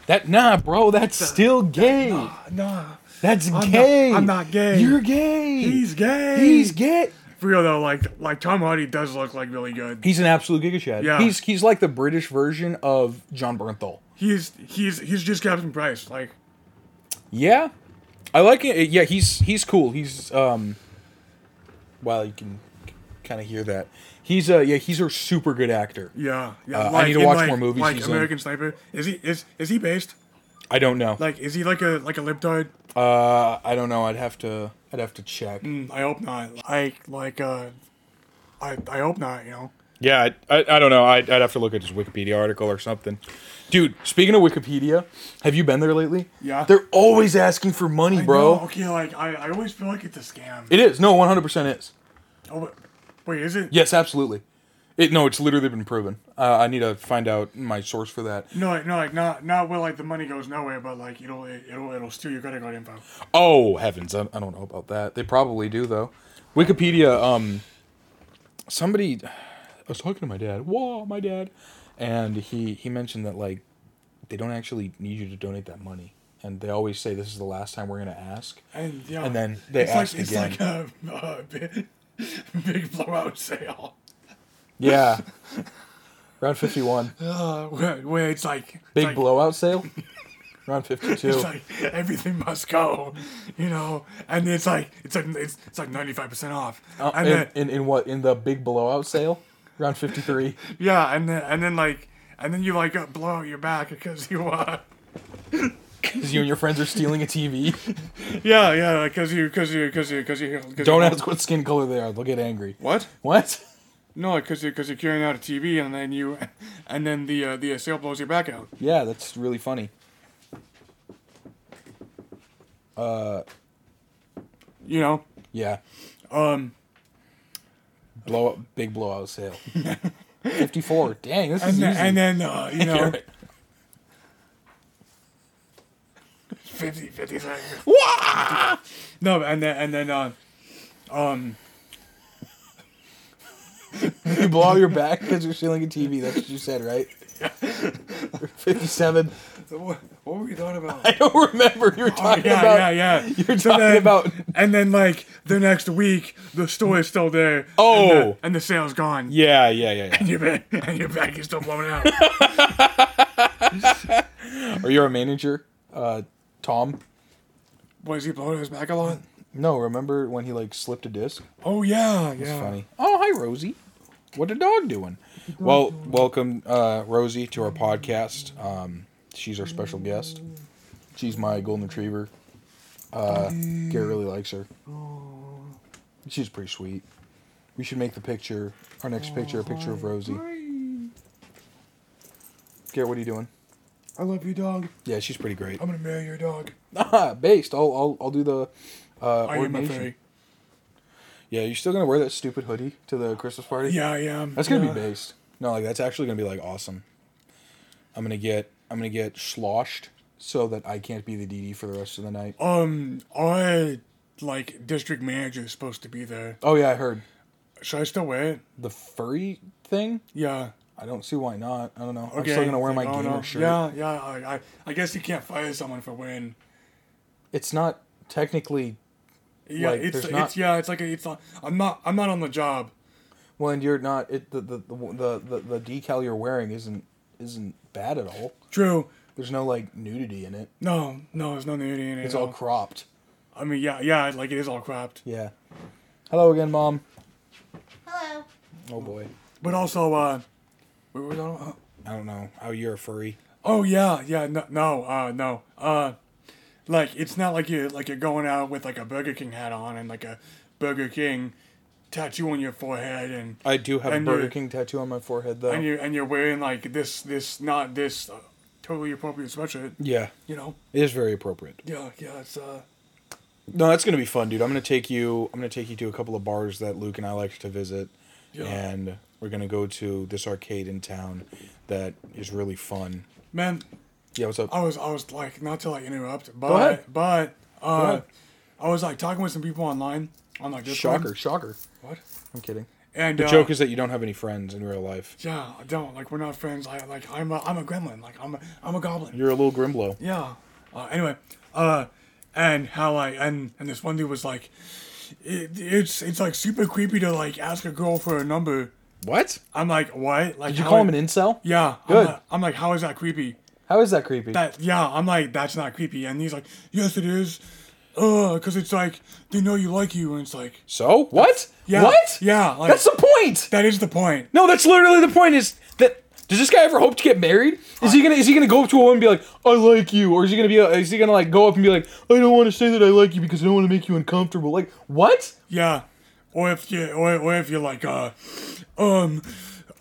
[SPEAKER 2] That nah, bro. That's still gay.
[SPEAKER 3] Nah,
[SPEAKER 2] That's
[SPEAKER 3] not-
[SPEAKER 2] gay.
[SPEAKER 3] I'm not gay.
[SPEAKER 2] You're gay.
[SPEAKER 3] he's gay.
[SPEAKER 2] He's gay.
[SPEAKER 3] for real though. Like like Tom Hardy does look like really good.
[SPEAKER 2] He's an absolute gigachad.
[SPEAKER 3] Yeah.
[SPEAKER 2] He's he's like the British version of John Bernthal.
[SPEAKER 3] He's he's he's just Captain Price. Like
[SPEAKER 2] Yeah. I like it. Yeah, he's he's cool. He's um well, you can kind of hear that. He's uh yeah, he's a super good actor.
[SPEAKER 3] yeah yeah.
[SPEAKER 2] Uh, I
[SPEAKER 3] like,
[SPEAKER 2] need to
[SPEAKER 3] in,
[SPEAKER 2] watch
[SPEAKER 3] like-
[SPEAKER 2] more movies
[SPEAKER 3] Like
[SPEAKER 2] he's in.
[SPEAKER 3] American Sniper. Is he is is he based?
[SPEAKER 2] I don't know.
[SPEAKER 3] Like is he like a like a libtard?
[SPEAKER 2] Uh I don't know. I'd have to I'd have to check.
[SPEAKER 3] Mm, I hope not. Like like uh, I I hope not. You know.
[SPEAKER 2] Yeah, I, I, I don't know. I'd, I'd have to look at his Wikipedia article or something. Dude, speaking of Wikipedia, have you been there lately?
[SPEAKER 3] Yeah.
[SPEAKER 2] They're always asking for money, bro.
[SPEAKER 3] No, okay, like I, I always feel like it's a scam.
[SPEAKER 2] It is. No, 100% is.
[SPEAKER 3] oh, wait, wait, is it?
[SPEAKER 2] Yes, absolutely. It no, it's literally been proven. Uh, I need to find out my source for that.
[SPEAKER 3] No, like, no, like not not where like the money goes nowhere, but like it'll it, it'll it'll steal your credit card info.
[SPEAKER 2] Oh heavens, I, I don't know about that. They probably do though. Wikipedia. Um, somebody, I was talking to my dad. Whoa, my dad, and he he mentioned that like they don't actually need you to donate that money, and they always say this is the last time we're gonna ask.
[SPEAKER 3] And yeah,
[SPEAKER 2] And then they
[SPEAKER 3] it's
[SPEAKER 2] asked
[SPEAKER 3] like,
[SPEAKER 2] again.
[SPEAKER 3] It's like a, a big, big blowout sale
[SPEAKER 2] Yeah. Round fifty one,
[SPEAKER 3] uh, where, where it's like
[SPEAKER 2] big
[SPEAKER 3] it's like,
[SPEAKER 2] blowout sale. Round fifty two.
[SPEAKER 3] It's like everything must go, you know. And it's like it's like it's, it's like ninety five percent off. and
[SPEAKER 2] Uh, in,
[SPEAKER 3] then,
[SPEAKER 2] in in what in the big blowout sale? Round fifty three.
[SPEAKER 3] yeah, and then and then like and then you like uh, blow out your back because you uh
[SPEAKER 2] Because you and your friends are stealing a TV.
[SPEAKER 3] yeah yeah because you because you because you because you 'cause you-
[SPEAKER 2] Don't ask what skin color they are. They'll get angry.
[SPEAKER 3] what.
[SPEAKER 2] What?
[SPEAKER 3] No, because you're, cause you're carrying out a TV, and then you, and then the uh, the sail blows your back out.
[SPEAKER 2] Yeah, that's really funny.
[SPEAKER 3] You know,
[SPEAKER 2] Yeah.
[SPEAKER 3] um,
[SPEAKER 2] Blow up, big blowout sale. 54. Dang, this is
[SPEAKER 3] and then,
[SPEAKER 2] easy.
[SPEAKER 3] and then uh, you
[SPEAKER 2] You're
[SPEAKER 3] know,
[SPEAKER 2] right.
[SPEAKER 3] 50, 50 seconds.
[SPEAKER 2] Wah!
[SPEAKER 3] No, and then and then uh, um,
[SPEAKER 2] You blow out your back because you're stealing a TV. That's what you said, right? 57.
[SPEAKER 3] what, what were we talking about?
[SPEAKER 2] I don't remember. You were talking
[SPEAKER 3] Oh, yeah,
[SPEAKER 2] about.
[SPEAKER 3] yeah, yeah.
[SPEAKER 2] You're
[SPEAKER 3] So
[SPEAKER 2] talking
[SPEAKER 3] then-
[SPEAKER 2] about.
[SPEAKER 3] And then like the next week, the store is still there. and
[SPEAKER 2] Oh.
[SPEAKER 3] the, and the sale's gone.
[SPEAKER 2] Yeah, yeah, yeah,
[SPEAKER 3] And your back, and your back is still blowing out.
[SPEAKER 2] yeah. Or you're a manager, uh, Tom.
[SPEAKER 3] Was he blowing his back a lot?
[SPEAKER 2] No, remember when he like slipped a disc?
[SPEAKER 3] Oh yeah, yeah.
[SPEAKER 2] Funny. Oh, hi Rosie. What the dog doing? Well, welcome uh, Rosie to our podcast. Um, she's our special guest. She's my golden retriever. Uh, Garrett really likes her. She's pretty sweet. We should make the picture, our next picture, a picture of Rosie. Garrett, what are you doing?
[SPEAKER 3] I love you, dog.
[SPEAKER 2] Yeah, she's pretty great.
[SPEAKER 3] I'm gonna marry your dog.
[SPEAKER 2] Ah, based. I'll, I'll, I'll do the uh,
[SPEAKER 3] Are you my
[SPEAKER 2] ordination.
[SPEAKER 3] fairy?
[SPEAKER 2] Yeah, you're still gonna wear that stupid hoodie to the Christmas party.
[SPEAKER 3] Yeah, I am.
[SPEAKER 2] That's gonna
[SPEAKER 3] yeah.
[SPEAKER 2] be based. No, like that's actually gonna be like awesome. I'm gonna get I'm gonna get sloshed so that I can't be the DD for the rest of the night.
[SPEAKER 3] Um, our like district manager is supposed to be there.
[SPEAKER 2] Oh yeah, I heard
[SPEAKER 3] Should I still wear it?
[SPEAKER 2] the furry thing.
[SPEAKER 3] Yeah.
[SPEAKER 2] I don't see why not. I don't know. I'm
[SPEAKER 3] Okay.
[SPEAKER 2] still gonna wear my
[SPEAKER 3] Like, oh,
[SPEAKER 2] gamer
[SPEAKER 3] no.
[SPEAKER 2] shirt.
[SPEAKER 3] Yeah, yeah. I, I, I guess you can't fire someone for wearing.
[SPEAKER 2] It's not technically
[SPEAKER 3] Yeah,
[SPEAKER 2] Like,
[SPEAKER 3] it's
[SPEAKER 2] there's
[SPEAKER 3] it's
[SPEAKER 2] not-
[SPEAKER 3] yeah, it's like a, it's not. I'm not I'm not on the job.
[SPEAKER 2] Well, and you're not it, the, the the the the decal you're wearing isn't isn't bad at all.
[SPEAKER 3] True.
[SPEAKER 2] There's no like nudity in it.
[SPEAKER 3] No, no, there's no nudity in it.
[SPEAKER 2] It's
[SPEAKER 3] at
[SPEAKER 2] all cropped.
[SPEAKER 3] I mean, yeah, yeah, like it is all cropped.
[SPEAKER 2] Yeah. Hello again, mom.
[SPEAKER 4] Hello.
[SPEAKER 2] Oh boy.
[SPEAKER 3] But also, uh, where was I? Uh,
[SPEAKER 2] I don't know how you're a furry.
[SPEAKER 3] Oh yeah, yeah, no, no, uh, no, uh, like it's not like you like you're going out with like a Burger King hat on and like a Burger King tattoo on your forehead and
[SPEAKER 2] I do have
[SPEAKER 3] And
[SPEAKER 2] a Burger
[SPEAKER 3] you're-
[SPEAKER 2] King tattoo on my forehead though.
[SPEAKER 3] and you and you're wearing like this this not this uh, totally appropriate sweatshirt.
[SPEAKER 2] yeah,
[SPEAKER 3] You know,
[SPEAKER 2] it is very appropriate.
[SPEAKER 3] yeah, yeah, it's uh,
[SPEAKER 2] No, that's gonna be fun, dude. I'm gonna take you. I'm gonna take you to a couple of bars that Luke and I like to visit,
[SPEAKER 3] Yeah.
[SPEAKER 2] and we're gonna go to this arcade in town that is really fun.
[SPEAKER 3] man,
[SPEAKER 2] Yeah, what's up?
[SPEAKER 3] I was I was like not to like interrupt, but
[SPEAKER 2] ahead.
[SPEAKER 3] but uh,
[SPEAKER 2] ahead.
[SPEAKER 3] I was like talking with some people online on like this
[SPEAKER 2] shocker, shocker.
[SPEAKER 3] What?
[SPEAKER 2] I'm kidding.
[SPEAKER 3] And
[SPEAKER 2] The
[SPEAKER 3] uh,
[SPEAKER 2] joke is that you don't have any friends in real life.
[SPEAKER 3] yeah, I don't like we're not friends. I like I'm a I'm a gremlin. Like I'm a I'm a goblin.
[SPEAKER 2] You're a little Grimblow.
[SPEAKER 3] Yeah. Uh, anyway, uh, and how I and and this one dude was like, it, it's it's like super creepy to like ask a girl for a number.
[SPEAKER 2] What?
[SPEAKER 3] I'm like, what? Like
[SPEAKER 2] Did you
[SPEAKER 3] how
[SPEAKER 2] call
[SPEAKER 3] I-
[SPEAKER 2] him an incel?
[SPEAKER 3] Yeah. I'm
[SPEAKER 2] Good.
[SPEAKER 3] like, I'm like, how is that creepy?
[SPEAKER 2] How is that creepy?
[SPEAKER 3] That yeah. I'm like, that's not creepy. And he's like, yes, it is. Uh, cause it's like they know you like you, and it's like,
[SPEAKER 2] so what?
[SPEAKER 3] yeah,
[SPEAKER 2] What?
[SPEAKER 3] yeah. Like,
[SPEAKER 2] That's the point.
[SPEAKER 3] that is the point.
[SPEAKER 2] No, that's literally the point. Is that does this guy ever hope to get married? Is he gonna is he gonna go up to a woman and be like, I like you, or is he gonna be is he gonna like go up and be like, I don't want to say that I like you because I don't want to make you uncomfortable. Like what?
[SPEAKER 3] Yeah. Or if you or, or if you're like uh um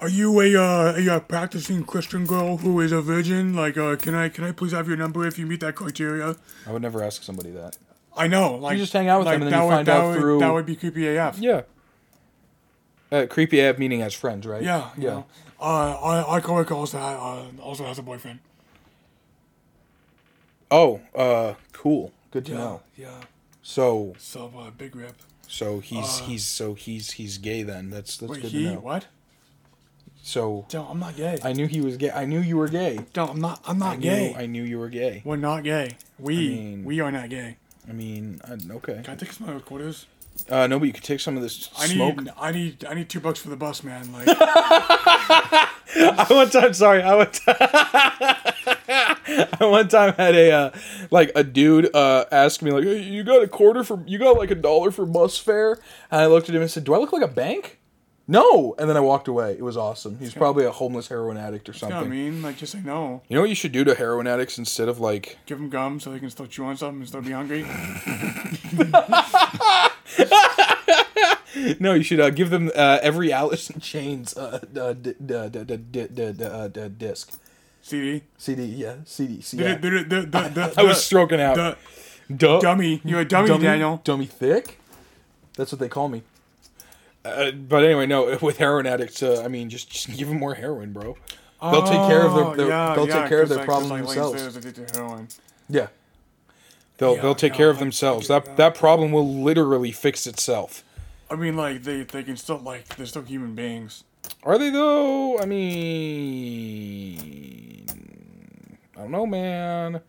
[SPEAKER 3] are you a uh a, uh, practicing Christian girl who is a virgin? Like uh can I can I please have your number if you meet that criteria?
[SPEAKER 2] I would never ask somebody that.
[SPEAKER 3] I know, like
[SPEAKER 2] just hang out with
[SPEAKER 3] like,
[SPEAKER 2] them and then
[SPEAKER 3] that
[SPEAKER 2] you
[SPEAKER 3] would,
[SPEAKER 2] find
[SPEAKER 3] that
[SPEAKER 2] out
[SPEAKER 3] would,
[SPEAKER 2] through-
[SPEAKER 3] that would be creepy AF. Yeah.
[SPEAKER 2] Yeah. Uh, creepy ab meaning as friends, right?
[SPEAKER 3] Yeah.
[SPEAKER 2] Yeah.
[SPEAKER 3] yeah. Uh our, our coworker also ha- uh, also has a boyfriend.
[SPEAKER 2] Oh, uh, cool. Good to
[SPEAKER 3] Yeah.
[SPEAKER 2] know.
[SPEAKER 3] Yeah.
[SPEAKER 2] So
[SPEAKER 3] So uh, big rip.
[SPEAKER 2] so he's he's so he's he's gay then. That's that's
[SPEAKER 3] Uh. Wait,
[SPEAKER 2] good
[SPEAKER 3] he
[SPEAKER 2] to know.
[SPEAKER 3] what?
[SPEAKER 2] So
[SPEAKER 3] No, I'm not gay.
[SPEAKER 2] I knew he was gay. I knew you were gay.
[SPEAKER 3] no, I'm not I'm
[SPEAKER 2] I
[SPEAKER 3] not
[SPEAKER 2] knew,
[SPEAKER 3] gay.
[SPEAKER 2] I knew you were gay.
[SPEAKER 3] We're not gay. We
[SPEAKER 2] mean-
[SPEAKER 3] we are not gay.
[SPEAKER 2] I mean, I, okay.
[SPEAKER 3] Can I take some of my quarters?
[SPEAKER 2] Uh, no, but you could take some of this
[SPEAKER 3] I
[SPEAKER 2] smoke.
[SPEAKER 3] need, I need, I need two bucks for the bus, man. Like,
[SPEAKER 2] I one time, sorry, I one time, I one time had a uh, like a dude uh, ask me like, "Hey, "You got a quarter for? You got like a dollar for bus fare?" And I looked at him and said, "Do I look like a bank?" No. And then I walked away. It was awesome. He's probably a homeless heroin addict or
[SPEAKER 3] you know
[SPEAKER 2] something.
[SPEAKER 3] what I mean? Like, just say no.
[SPEAKER 2] You know what you should do to heroin addicts instead of like
[SPEAKER 3] Give them gum so they can still chew on something and still be hungry.
[SPEAKER 2] No, you should uh, give them uh, every Alice in Chains uh, uh, d- d- d- d- d- d- d- uh, d- disc.
[SPEAKER 3] CD.
[SPEAKER 2] CD, yeah, CD, CD.
[SPEAKER 3] Yeah. The, the, the, the, the,
[SPEAKER 2] I was stroking out.
[SPEAKER 3] the
[SPEAKER 2] Du-
[SPEAKER 3] dummy. You're a dummy, Daniel.
[SPEAKER 2] Dummy thick? That's what they call me. Uh, but anyway, no, with heroin addicts, uh, I mean, just, just give them more heroin, bro. They'll take care of their,
[SPEAKER 3] Oh,
[SPEAKER 2] their
[SPEAKER 3] yeah,
[SPEAKER 2] they'll
[SPEAKER 3] yeah,
[SPEAKER 2] take care of
[SPEAKER 3] 'cause,
[SPEAKER 2] their
[SPEAKER 3] like, 'cause,
[SPEAKER 2] problems
[SPEAKER 3] like, Lane
[SPEAKER 2] themselves.
[SPEAKER 3] says addicted to heroin.
[SPEAKER 2] yeah. They'll
[SPEAKER 3] Yeah,
[SPEAKER 2] they'll take
[SPEAKER 3] no,
[SPEAKER 2] care of
[SPEAKER 3] I-
[SPEAKER 2] themselves.
[SPEAKER 3] I-
[SPEAKER 2] That that problem will literally fix itself.
[SPEAKER 3] I mean, like, they, they can still, like, they're still human beings.
[SPEAKER 2] Are they though? I mean, I don't know, man.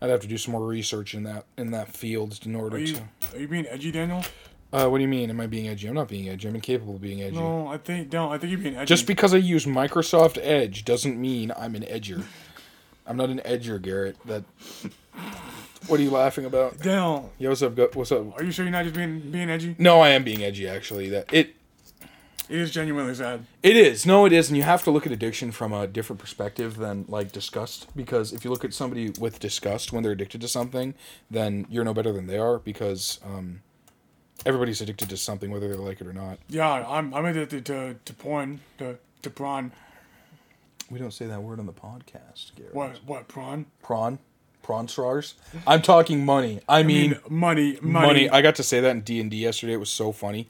[SPEAKER 2] I'd have to do some more research in that in that field in order
[SPEAKER 3] Are you,
[SPEAKER 2] to.
[SPEAKER 3] are you being edgy, Daniel?
[SPEAKER 2] Uh, what do you mean? Am I being edgy? I'm not being edgy. I'm incapable of being edgy.
[SPEAKER 3] No, I think, no, I think you're being edgy.
[SPEAKER 2] Just because I use Microsoft Edge doesn't mean I'm an edger. I'm not an edger, Garrett. That. What are you laughing about?
[SPEAKER 3] Daniel,
[SPEAKER 2] Yo, what's up? Go, what's up?
[SPEAKER 3] are you sure you're not just being, being edgy?
[SPEAKER 2] No, I am being edgy. Actually, that it
[SPEAKER 3] It is genuinely sad.
[SPEAKER 2] It is. No, it is. And you have to look at addiction from a different perspective than like disgust. Because if you look at somebody with disgust when they're addicted to something, then you're no better than they are because um, everybody's addicted to something, whether they like it or not.
[SPEAKER 3] Yeah, I'm, I'm addicted to, to porn, to, to prawn.
[SPEAKER 2] We don't say that word on the podcast, Gary.
[SPEAKER 3] What, what, prawn?
[SPEAKER 2] Prawn? Prawn stars? I'm talking money. I mean,
[SPEAKER 3] mean, money,
[SPEAKER 2] money.
[SPEAKER 3] money.
[SPEAKER 2] I got to say that in D and D yesterday. It was so funny.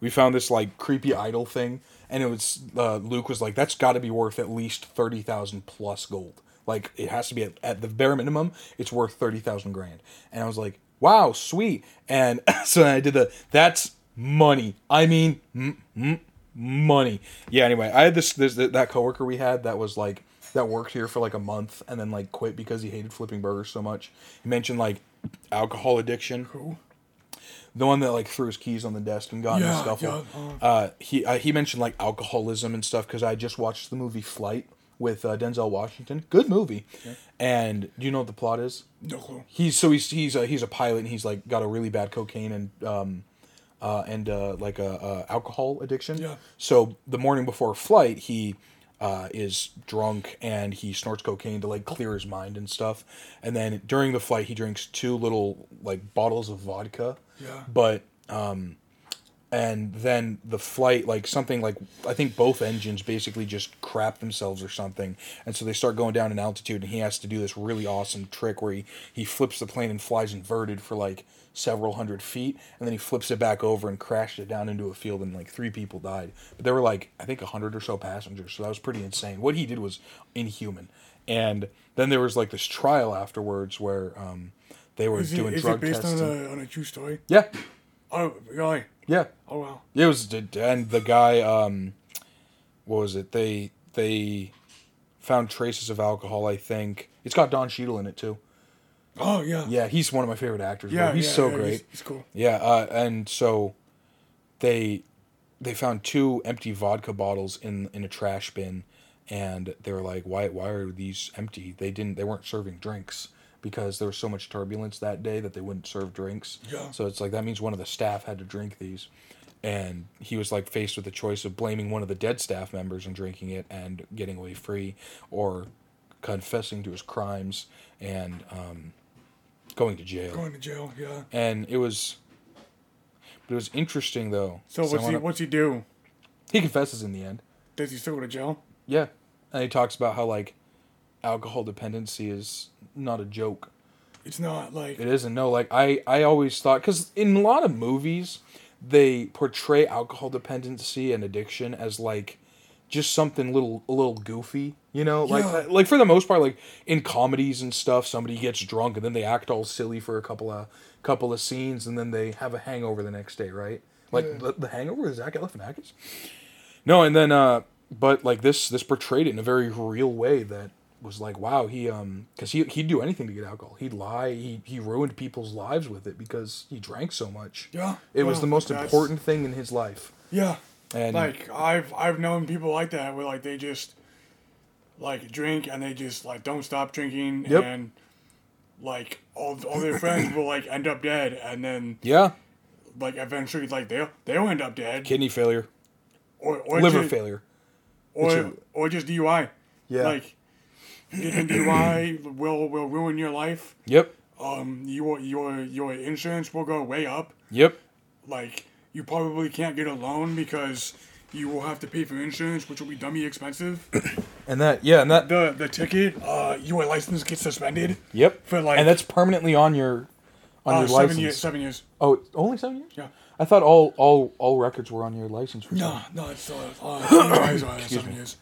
[SPEAKER 2] We found this like creepy idol thing, and it was uh, Luke was like, "That's got to be worth at least thirty thousand plus gold. Like it has to be at, at the bare minimum. It's worth thirty thousand grand." And I was like, "Wow, sweet!" And so I did the. That's money. I mean, mm, mm, money. Yeah. Anyway, I had this, this that coworker we had that was like that worked here for like a month and then like quit because he hated flipping burgers so much. He mentioned like alcohol addiction. the one that like threw his keys on the desk and got in a
[SPEAKER 3] Yeah,
[SPEAKER 2] scuffle.
[SPEAKER 3] yeah.
[SPEAKER 2] Uh, he uh, he mentioned like alcoholism and stuff because I just watched the movie Flight with uh, Denzel Washington. Good movie. And do you know what the plot is?
[SPEAKER 3] No clue.
[SPEAKER 2] He's so he's he's a, he's a pilot and he's like got a really bad cocaine and um uh and uh like a, uh alcohol addiction.
[SPEAKER 3] Yeah.
[SPEAKER 2] So the morning before flight, he uh is drunk and he snorts cocaine to like clear his mind and stuff. And then during the flight, he drinks two little like bottles of vodka.
[SPEAKER 3] Yeah.
[SPEAKER 2] But and then the flight like something like i think both engines basically just crap themselves or something and so they start going down in altitude and he has to do this really awesome trick where he, he flips the plane and flies inverted for like several hundred feet and then he flips it back over and crashed it down into a field and like three people died but there were like i think 100 or so passengers so that was pretty insane what he did was inhuman and then there was like this trial afterwards where um, they were
[SPEAKER 3] Is,
[SPEAKER 2] doing
[SPEAKER 3] it, is
[SPEAKER 2] drug
[SPEAKER 3] it based
[SPEAKER 2] testing
[SPEAKER 3] on a, on a true story?
[SPEAKER 2] yeah
[SPEAKER 3] Oh, really?
[SPEAKER 2] yeah
[SPEAKER 3] Oh, wow.
[SPEAKER 2] it was, and the guy, um, what was it? They they found traces of alcohol. I think it's got Don Cheadle in it too.
[SPEAKER 3] Oh, yeah.
[SPEAKER 2] Yeah, he's one of my favorite actors.
[SPEAKER 3] Yeah,
[SPEAKER 2] Yeah, he's
[SPEAKER 3] yeah,
[SPEAKER 2] so
[SPEAKER 3] yeah,
[SPEAKER 2] great.
[SPEAKER 3] He's, he's cool.
[SPEAKER 2] Yeah, uh, and so they they found two empty vodka bottles in in a trash bin, and they were like, "Why why are these empty? They didn't they weren't serving drinks because there was so much turbulence that day that they wouldn't serve drinks.
[SPEAKER 3] Yeah.
[SPEAKER 2] So it's like that means one of the staff had to drink these." And he was like faced with the choice of blaming one of the dead staff members and drinking it and getting away free, or confessing to his crimes and um, going to jail
[SPEAKER 3] Going to jail, yeah.
[SPEAKER 2] and it was but it was interesting though
[SPEAKER 3] So what's
[SPEAKER 2] Someone-
[SPEAKER 3] he, what's he do?
[SPEAKER 2] he confesses in the end
[SPEAKER 3] Does he still go to jail?
[SPEAKER 2] yeah and he talks about how like alcohol dependency is not a joke
[SPEAKER 3] It's not like
[SPEAKER 2] it isn't no like i i always thought because in a lot of movies they portray alcohol dependency and addiction as like just something little a little goofy you know like
[SPEAKER 3] Yeah.
[SPEAKER 2] like for the most part like in comedies and stuff somebody gets drunk and then they act all silly for a couple of couple of scenes and then they have a hangover the next day right like the, the hangover is zach galifianakis no and then uh but like this this portrayed it in a very real way that was like wow he um because he, he'd do anything to get alcohol he'd lie he, he ruined people's lives with it because he drank so much
[SPEAKER 3] Yeah.
[SPEAKER 2] it was
[SPEAKER 3] Yeah,
[SPEAKER 2] the most
[SPEAKER 3] that's-
[SPEAKER 2] important thing in his life
[SPEAKER 3] yeah.
[SPEAKER 2] and
[SPEAKER 3] Like I've I've known people like that where like they just like drink and they just like don't stop drinking
[SPEAKER 2] Yep.
[SPEAKER 3] and like all all their friends will like end up dead and then
[SPEAKER 2] yeah
[SPEAKER 3] like eventually like they'll they'll end up dead
[SPEAKER 2] kidney failure
[SPEAKER 3] or, or
[SPEAKER 2] liver
[SPEAKER 3] just,
[SPEAKER 2] failure
[SPEAKER 3] or
[SPEAKER 2] Which-
[SPEAKER 3] or just DUI.
[SPEAKER 2] Yeah.
[SPEAKER 3] Like getting DUI will will ruin your life.
[SPEAKER 2] yep
[SPEAKER 3] Um, your your your insurance will go way up.
[SPEAKER 2] yep
[SPEAKER 3] like you probably can't get a loan because you will have to pay for insurance, which will be dummy expensive.
[SPEAKER 2] and that yeah and that
[SPEAKER 3] the the ticket, uh, your license gets suspended.
[SPEAKER 2] yep
[SPEAKER 3] For like
[SPEAKER 2] and that's permanently on your on
[SPEAKER 3] uh,
[SPEAKER 2] your
[SPEAKER 3] seven
[SPEAKER 2] license
[SPEAKER 3] years. Seven years.
[SPEAKER 2] oh it's only seven years
[SPEAKER 3] Yeah.
[SPEAKER 2] i thought all all all records were on your license for
[SPEAKER 3] No, no, it's uh, uh, DUIs are seven
[SPEAKER 2] me.
[SPEAKER 3] years.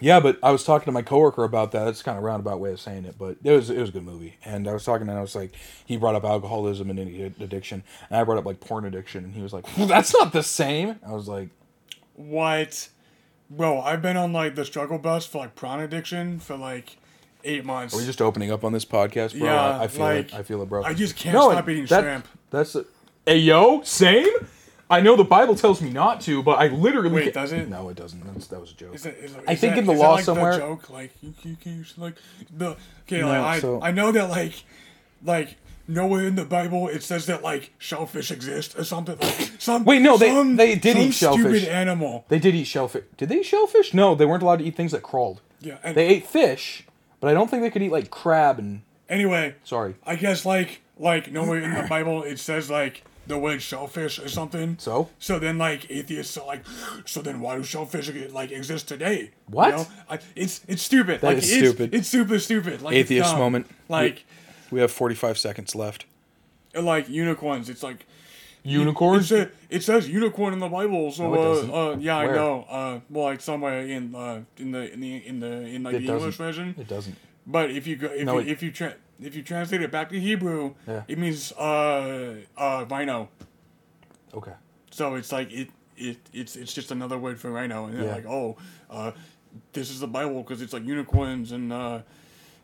[SPEAKER 2] Yeah, but I was talking to my coworker about that. That's kind of a roundabout way of saying it, but it was it was a good movie. And I was talking and I was like, he brought up alcoholism and ad- addiction, and I brought up like porn addiction, and he was like, well, that's not the same. I was like,
[SPEAKER 3] What? Bro, I've been on like the struggle bus for like prawn addiction for like eight months.
[SPEAKER 2] are we just opening up on this podcast, bro?
[SPEAKER 3] Yeah,
[SPEAKER 2] I, I feel
[SPEAKER 3] like,
[SPEAKER 2] it. I feel it, bro.
[SPEAKER 3] I just can't
[SPEAKER 2] No,
[SPEAKER 3] stop
[SPEAKER 2] and
[SPEAKER 3] eating
[SPEAKER 2] that-
[SPEAKER 3] shrimp.
[SPEAKER 2] That's a, hey yo, same. I know the Bible tells me not to, but I literally
[SPEAKER 3] Wait,
[SPEAKER 2] can't-
[SPEAKER 3] does it?
[SPEAKER 2] No, it doesn't. That's, that was a joke.
[SPEAKER 3] Is it, is it,
[SPEAKER 2] I
[SPEAKER 3] is
[SPEAKER 2] think
[SPEAKER 3] that-
[SPEAKER 2] in the
[SPEAKER 3] is
[SPEAKER 2] law
[SPEAKER 3] that, like,
[SPEAKER 2] somewhere-
[SPEAKER 3] The joke, like you, you, you, you- like the okay, like I,
[SPEAKER 2] so-
[SPEAKER 3] I know that like like nowhere in the Bible it says that like shellfish exist or something. Like, some
[SPEAKER 2] Wait, no, they-
[SPEAKER 3] some-
[SPEAKER 2] they did
[SPEAKER 3] some
[SPEAKER 2] eat shellfish.
[SPEAKER 3] Stupid animal.
[SPEAKER 2] They did eat shellfish. Did they eat shellfish? No, they weren't allowed to eat things that crawled.
[SPEAKER 3] Yeah. And,
[SPEAKER 2] They ate fish, but I don't think they could eat like crab and
[SPEAKER 3] anyway,
[SPEAKER 2] sorry.
[SPEAKER 3] I guess like like nowhere in the Bible it says like the word shellfish or something.
[SPEAKER 2] So?
[SPEAKER 3] so then like atheists are like, so then why do shellfish like exist today?
[SPEAKER 2] What?
[SPEAKER 3] You know? I, it's it's stupid. like,
[SPEAKER 2] is
[SPEAKER 3] it's,
[SPEAKER 2] stupid.
[SPEAKER 3] It's super stupid. Like it's
[SPEAKER 2] Atheist
[SPEAKER 3] dumb.
[SPEAKER 2] moment.
[SPEAKER 3] Like.
[SPEAKER 2] We have 45 seconds left.
[SPEAKER 3] like unicorns. It's like it,
[SPEAKER 2] Unicorns?
[SPEAKER 3] sa- it says unicorn in the Bible. So
[SPEAKER 2] it doesn't.
[SPEAKER 3] uh, uh, yeah,
[SPEAKER 2] Where?
[SPEAKER 3] I know. Uh, well, like somewhere in uh, in the in the in the in like
[SPEAKER 2] It
[SPEAKER 3] the
[SPEAKER 2] doesn't.
[SPEAKER 3] English version.
[SPEAKER 2] It doesn't.
[SPEAKER 3] But if you go if
[SPEAKER 2] No,
[SPEAKER 3] you,
[SPEAKER 2] it-
[SPEAKER 3] if you tra- if you translate it back to Hebrew,
[SPEAKER 2] Yeah.
[SPEAKER 3] it means uh uh rhino.
[SPEAKER 2] Okay.
[SPEAKER 3] So it's like it. It, it's it's just another word for rhino, and they're
[SPEAKER 2] Yeah.
[SPEAKER 3] like, oh, uh, this is the Bible because it's like unicorns and uh,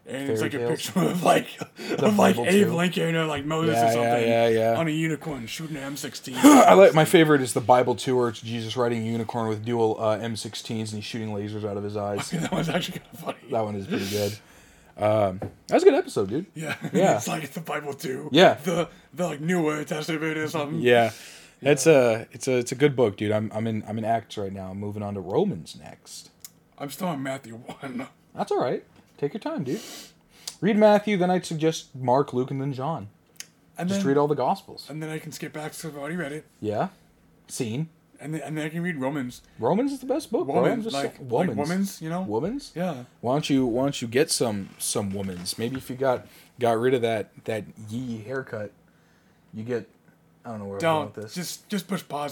[SPEAKER 3] and it's like
[SPEAKER 2] Fairy
[SPEAKER 3] a
[SPEAKER 2] tales?
[SPEAKER 3] picture of like of like
[SPEAKER 2] Bible,
[SPEAKER 3] Abe
[SPEAKER 2] too.
[SPEAKER 3] Lincoln or like Moses
[SPEAKER 2] Yeah,
[SPEAKER 3] or
[SPEAKER 2] yeah,
[SPEAKER 3] something
[SPEAKER 2] yeah, yeah.
[SPEAKER 3] on a unicorn shooting an M16.
[SPEAKER 2] I like my favorite is the Bible too, where it's Jesus riding a unicorn with dual uh, M16s and he's shooting lasers out of his eyes.
[SPEAKER 3] that was actually kind of funny.
[SPEAKER 2] that one is pretty good. Um, that was a good episode, dude.
[SPEAKER 3] yeah,
[SPEAKER 2] Yeah.
[SPEAKER 3] it's like it's the Bible too.
[SPEAKER 2] Yeah.
[SPEAKER 3] the the like newer Testament or something.
[SPEAKER 2] Yeah, that's a it's a it's a good book, dude. I'm I'm in I'm in Acts right now. I'm moving on to Romans next.
[SPEAKER 3] I'm still on Matthew one.
[SPEAKER 2] That's all right. Take your time, dude. Read Matthew, then I'd suggest Mark, Luke, and then John.
[SPEAKER 3] And
[SPEAKER 2] Just
[SPEAKER 3] then,
[SPEAKER 2] read all the Gospels.
[SPEAKER 3] and then I can skip back because I've already read it,
[SPEAKER 2] Yeah, scene.
[SPEAKER 3] and then, and then I can read Romans.
[SPEAKER 2] Romans is the best book. bro.
[SPEAKER 3] Woman,
[SPEAKER 2] Romans, is
[SPEAKER 3] like,
[SPEAKER 2] so-
[SPEAKER 3] like woman's, you know?
[SPEAKER 2] Woman's?
[SPEAKER 3] Yeah.
[SPEAKER 2] Why don't you why don't you get some some woman's? Maybe if you got got rid of that that yee haircut, you get I don't know where I'm going
[SPEAKER 3] Don't
[SPEAKER 2] with this.
[SPEAKER 3] just just push pause.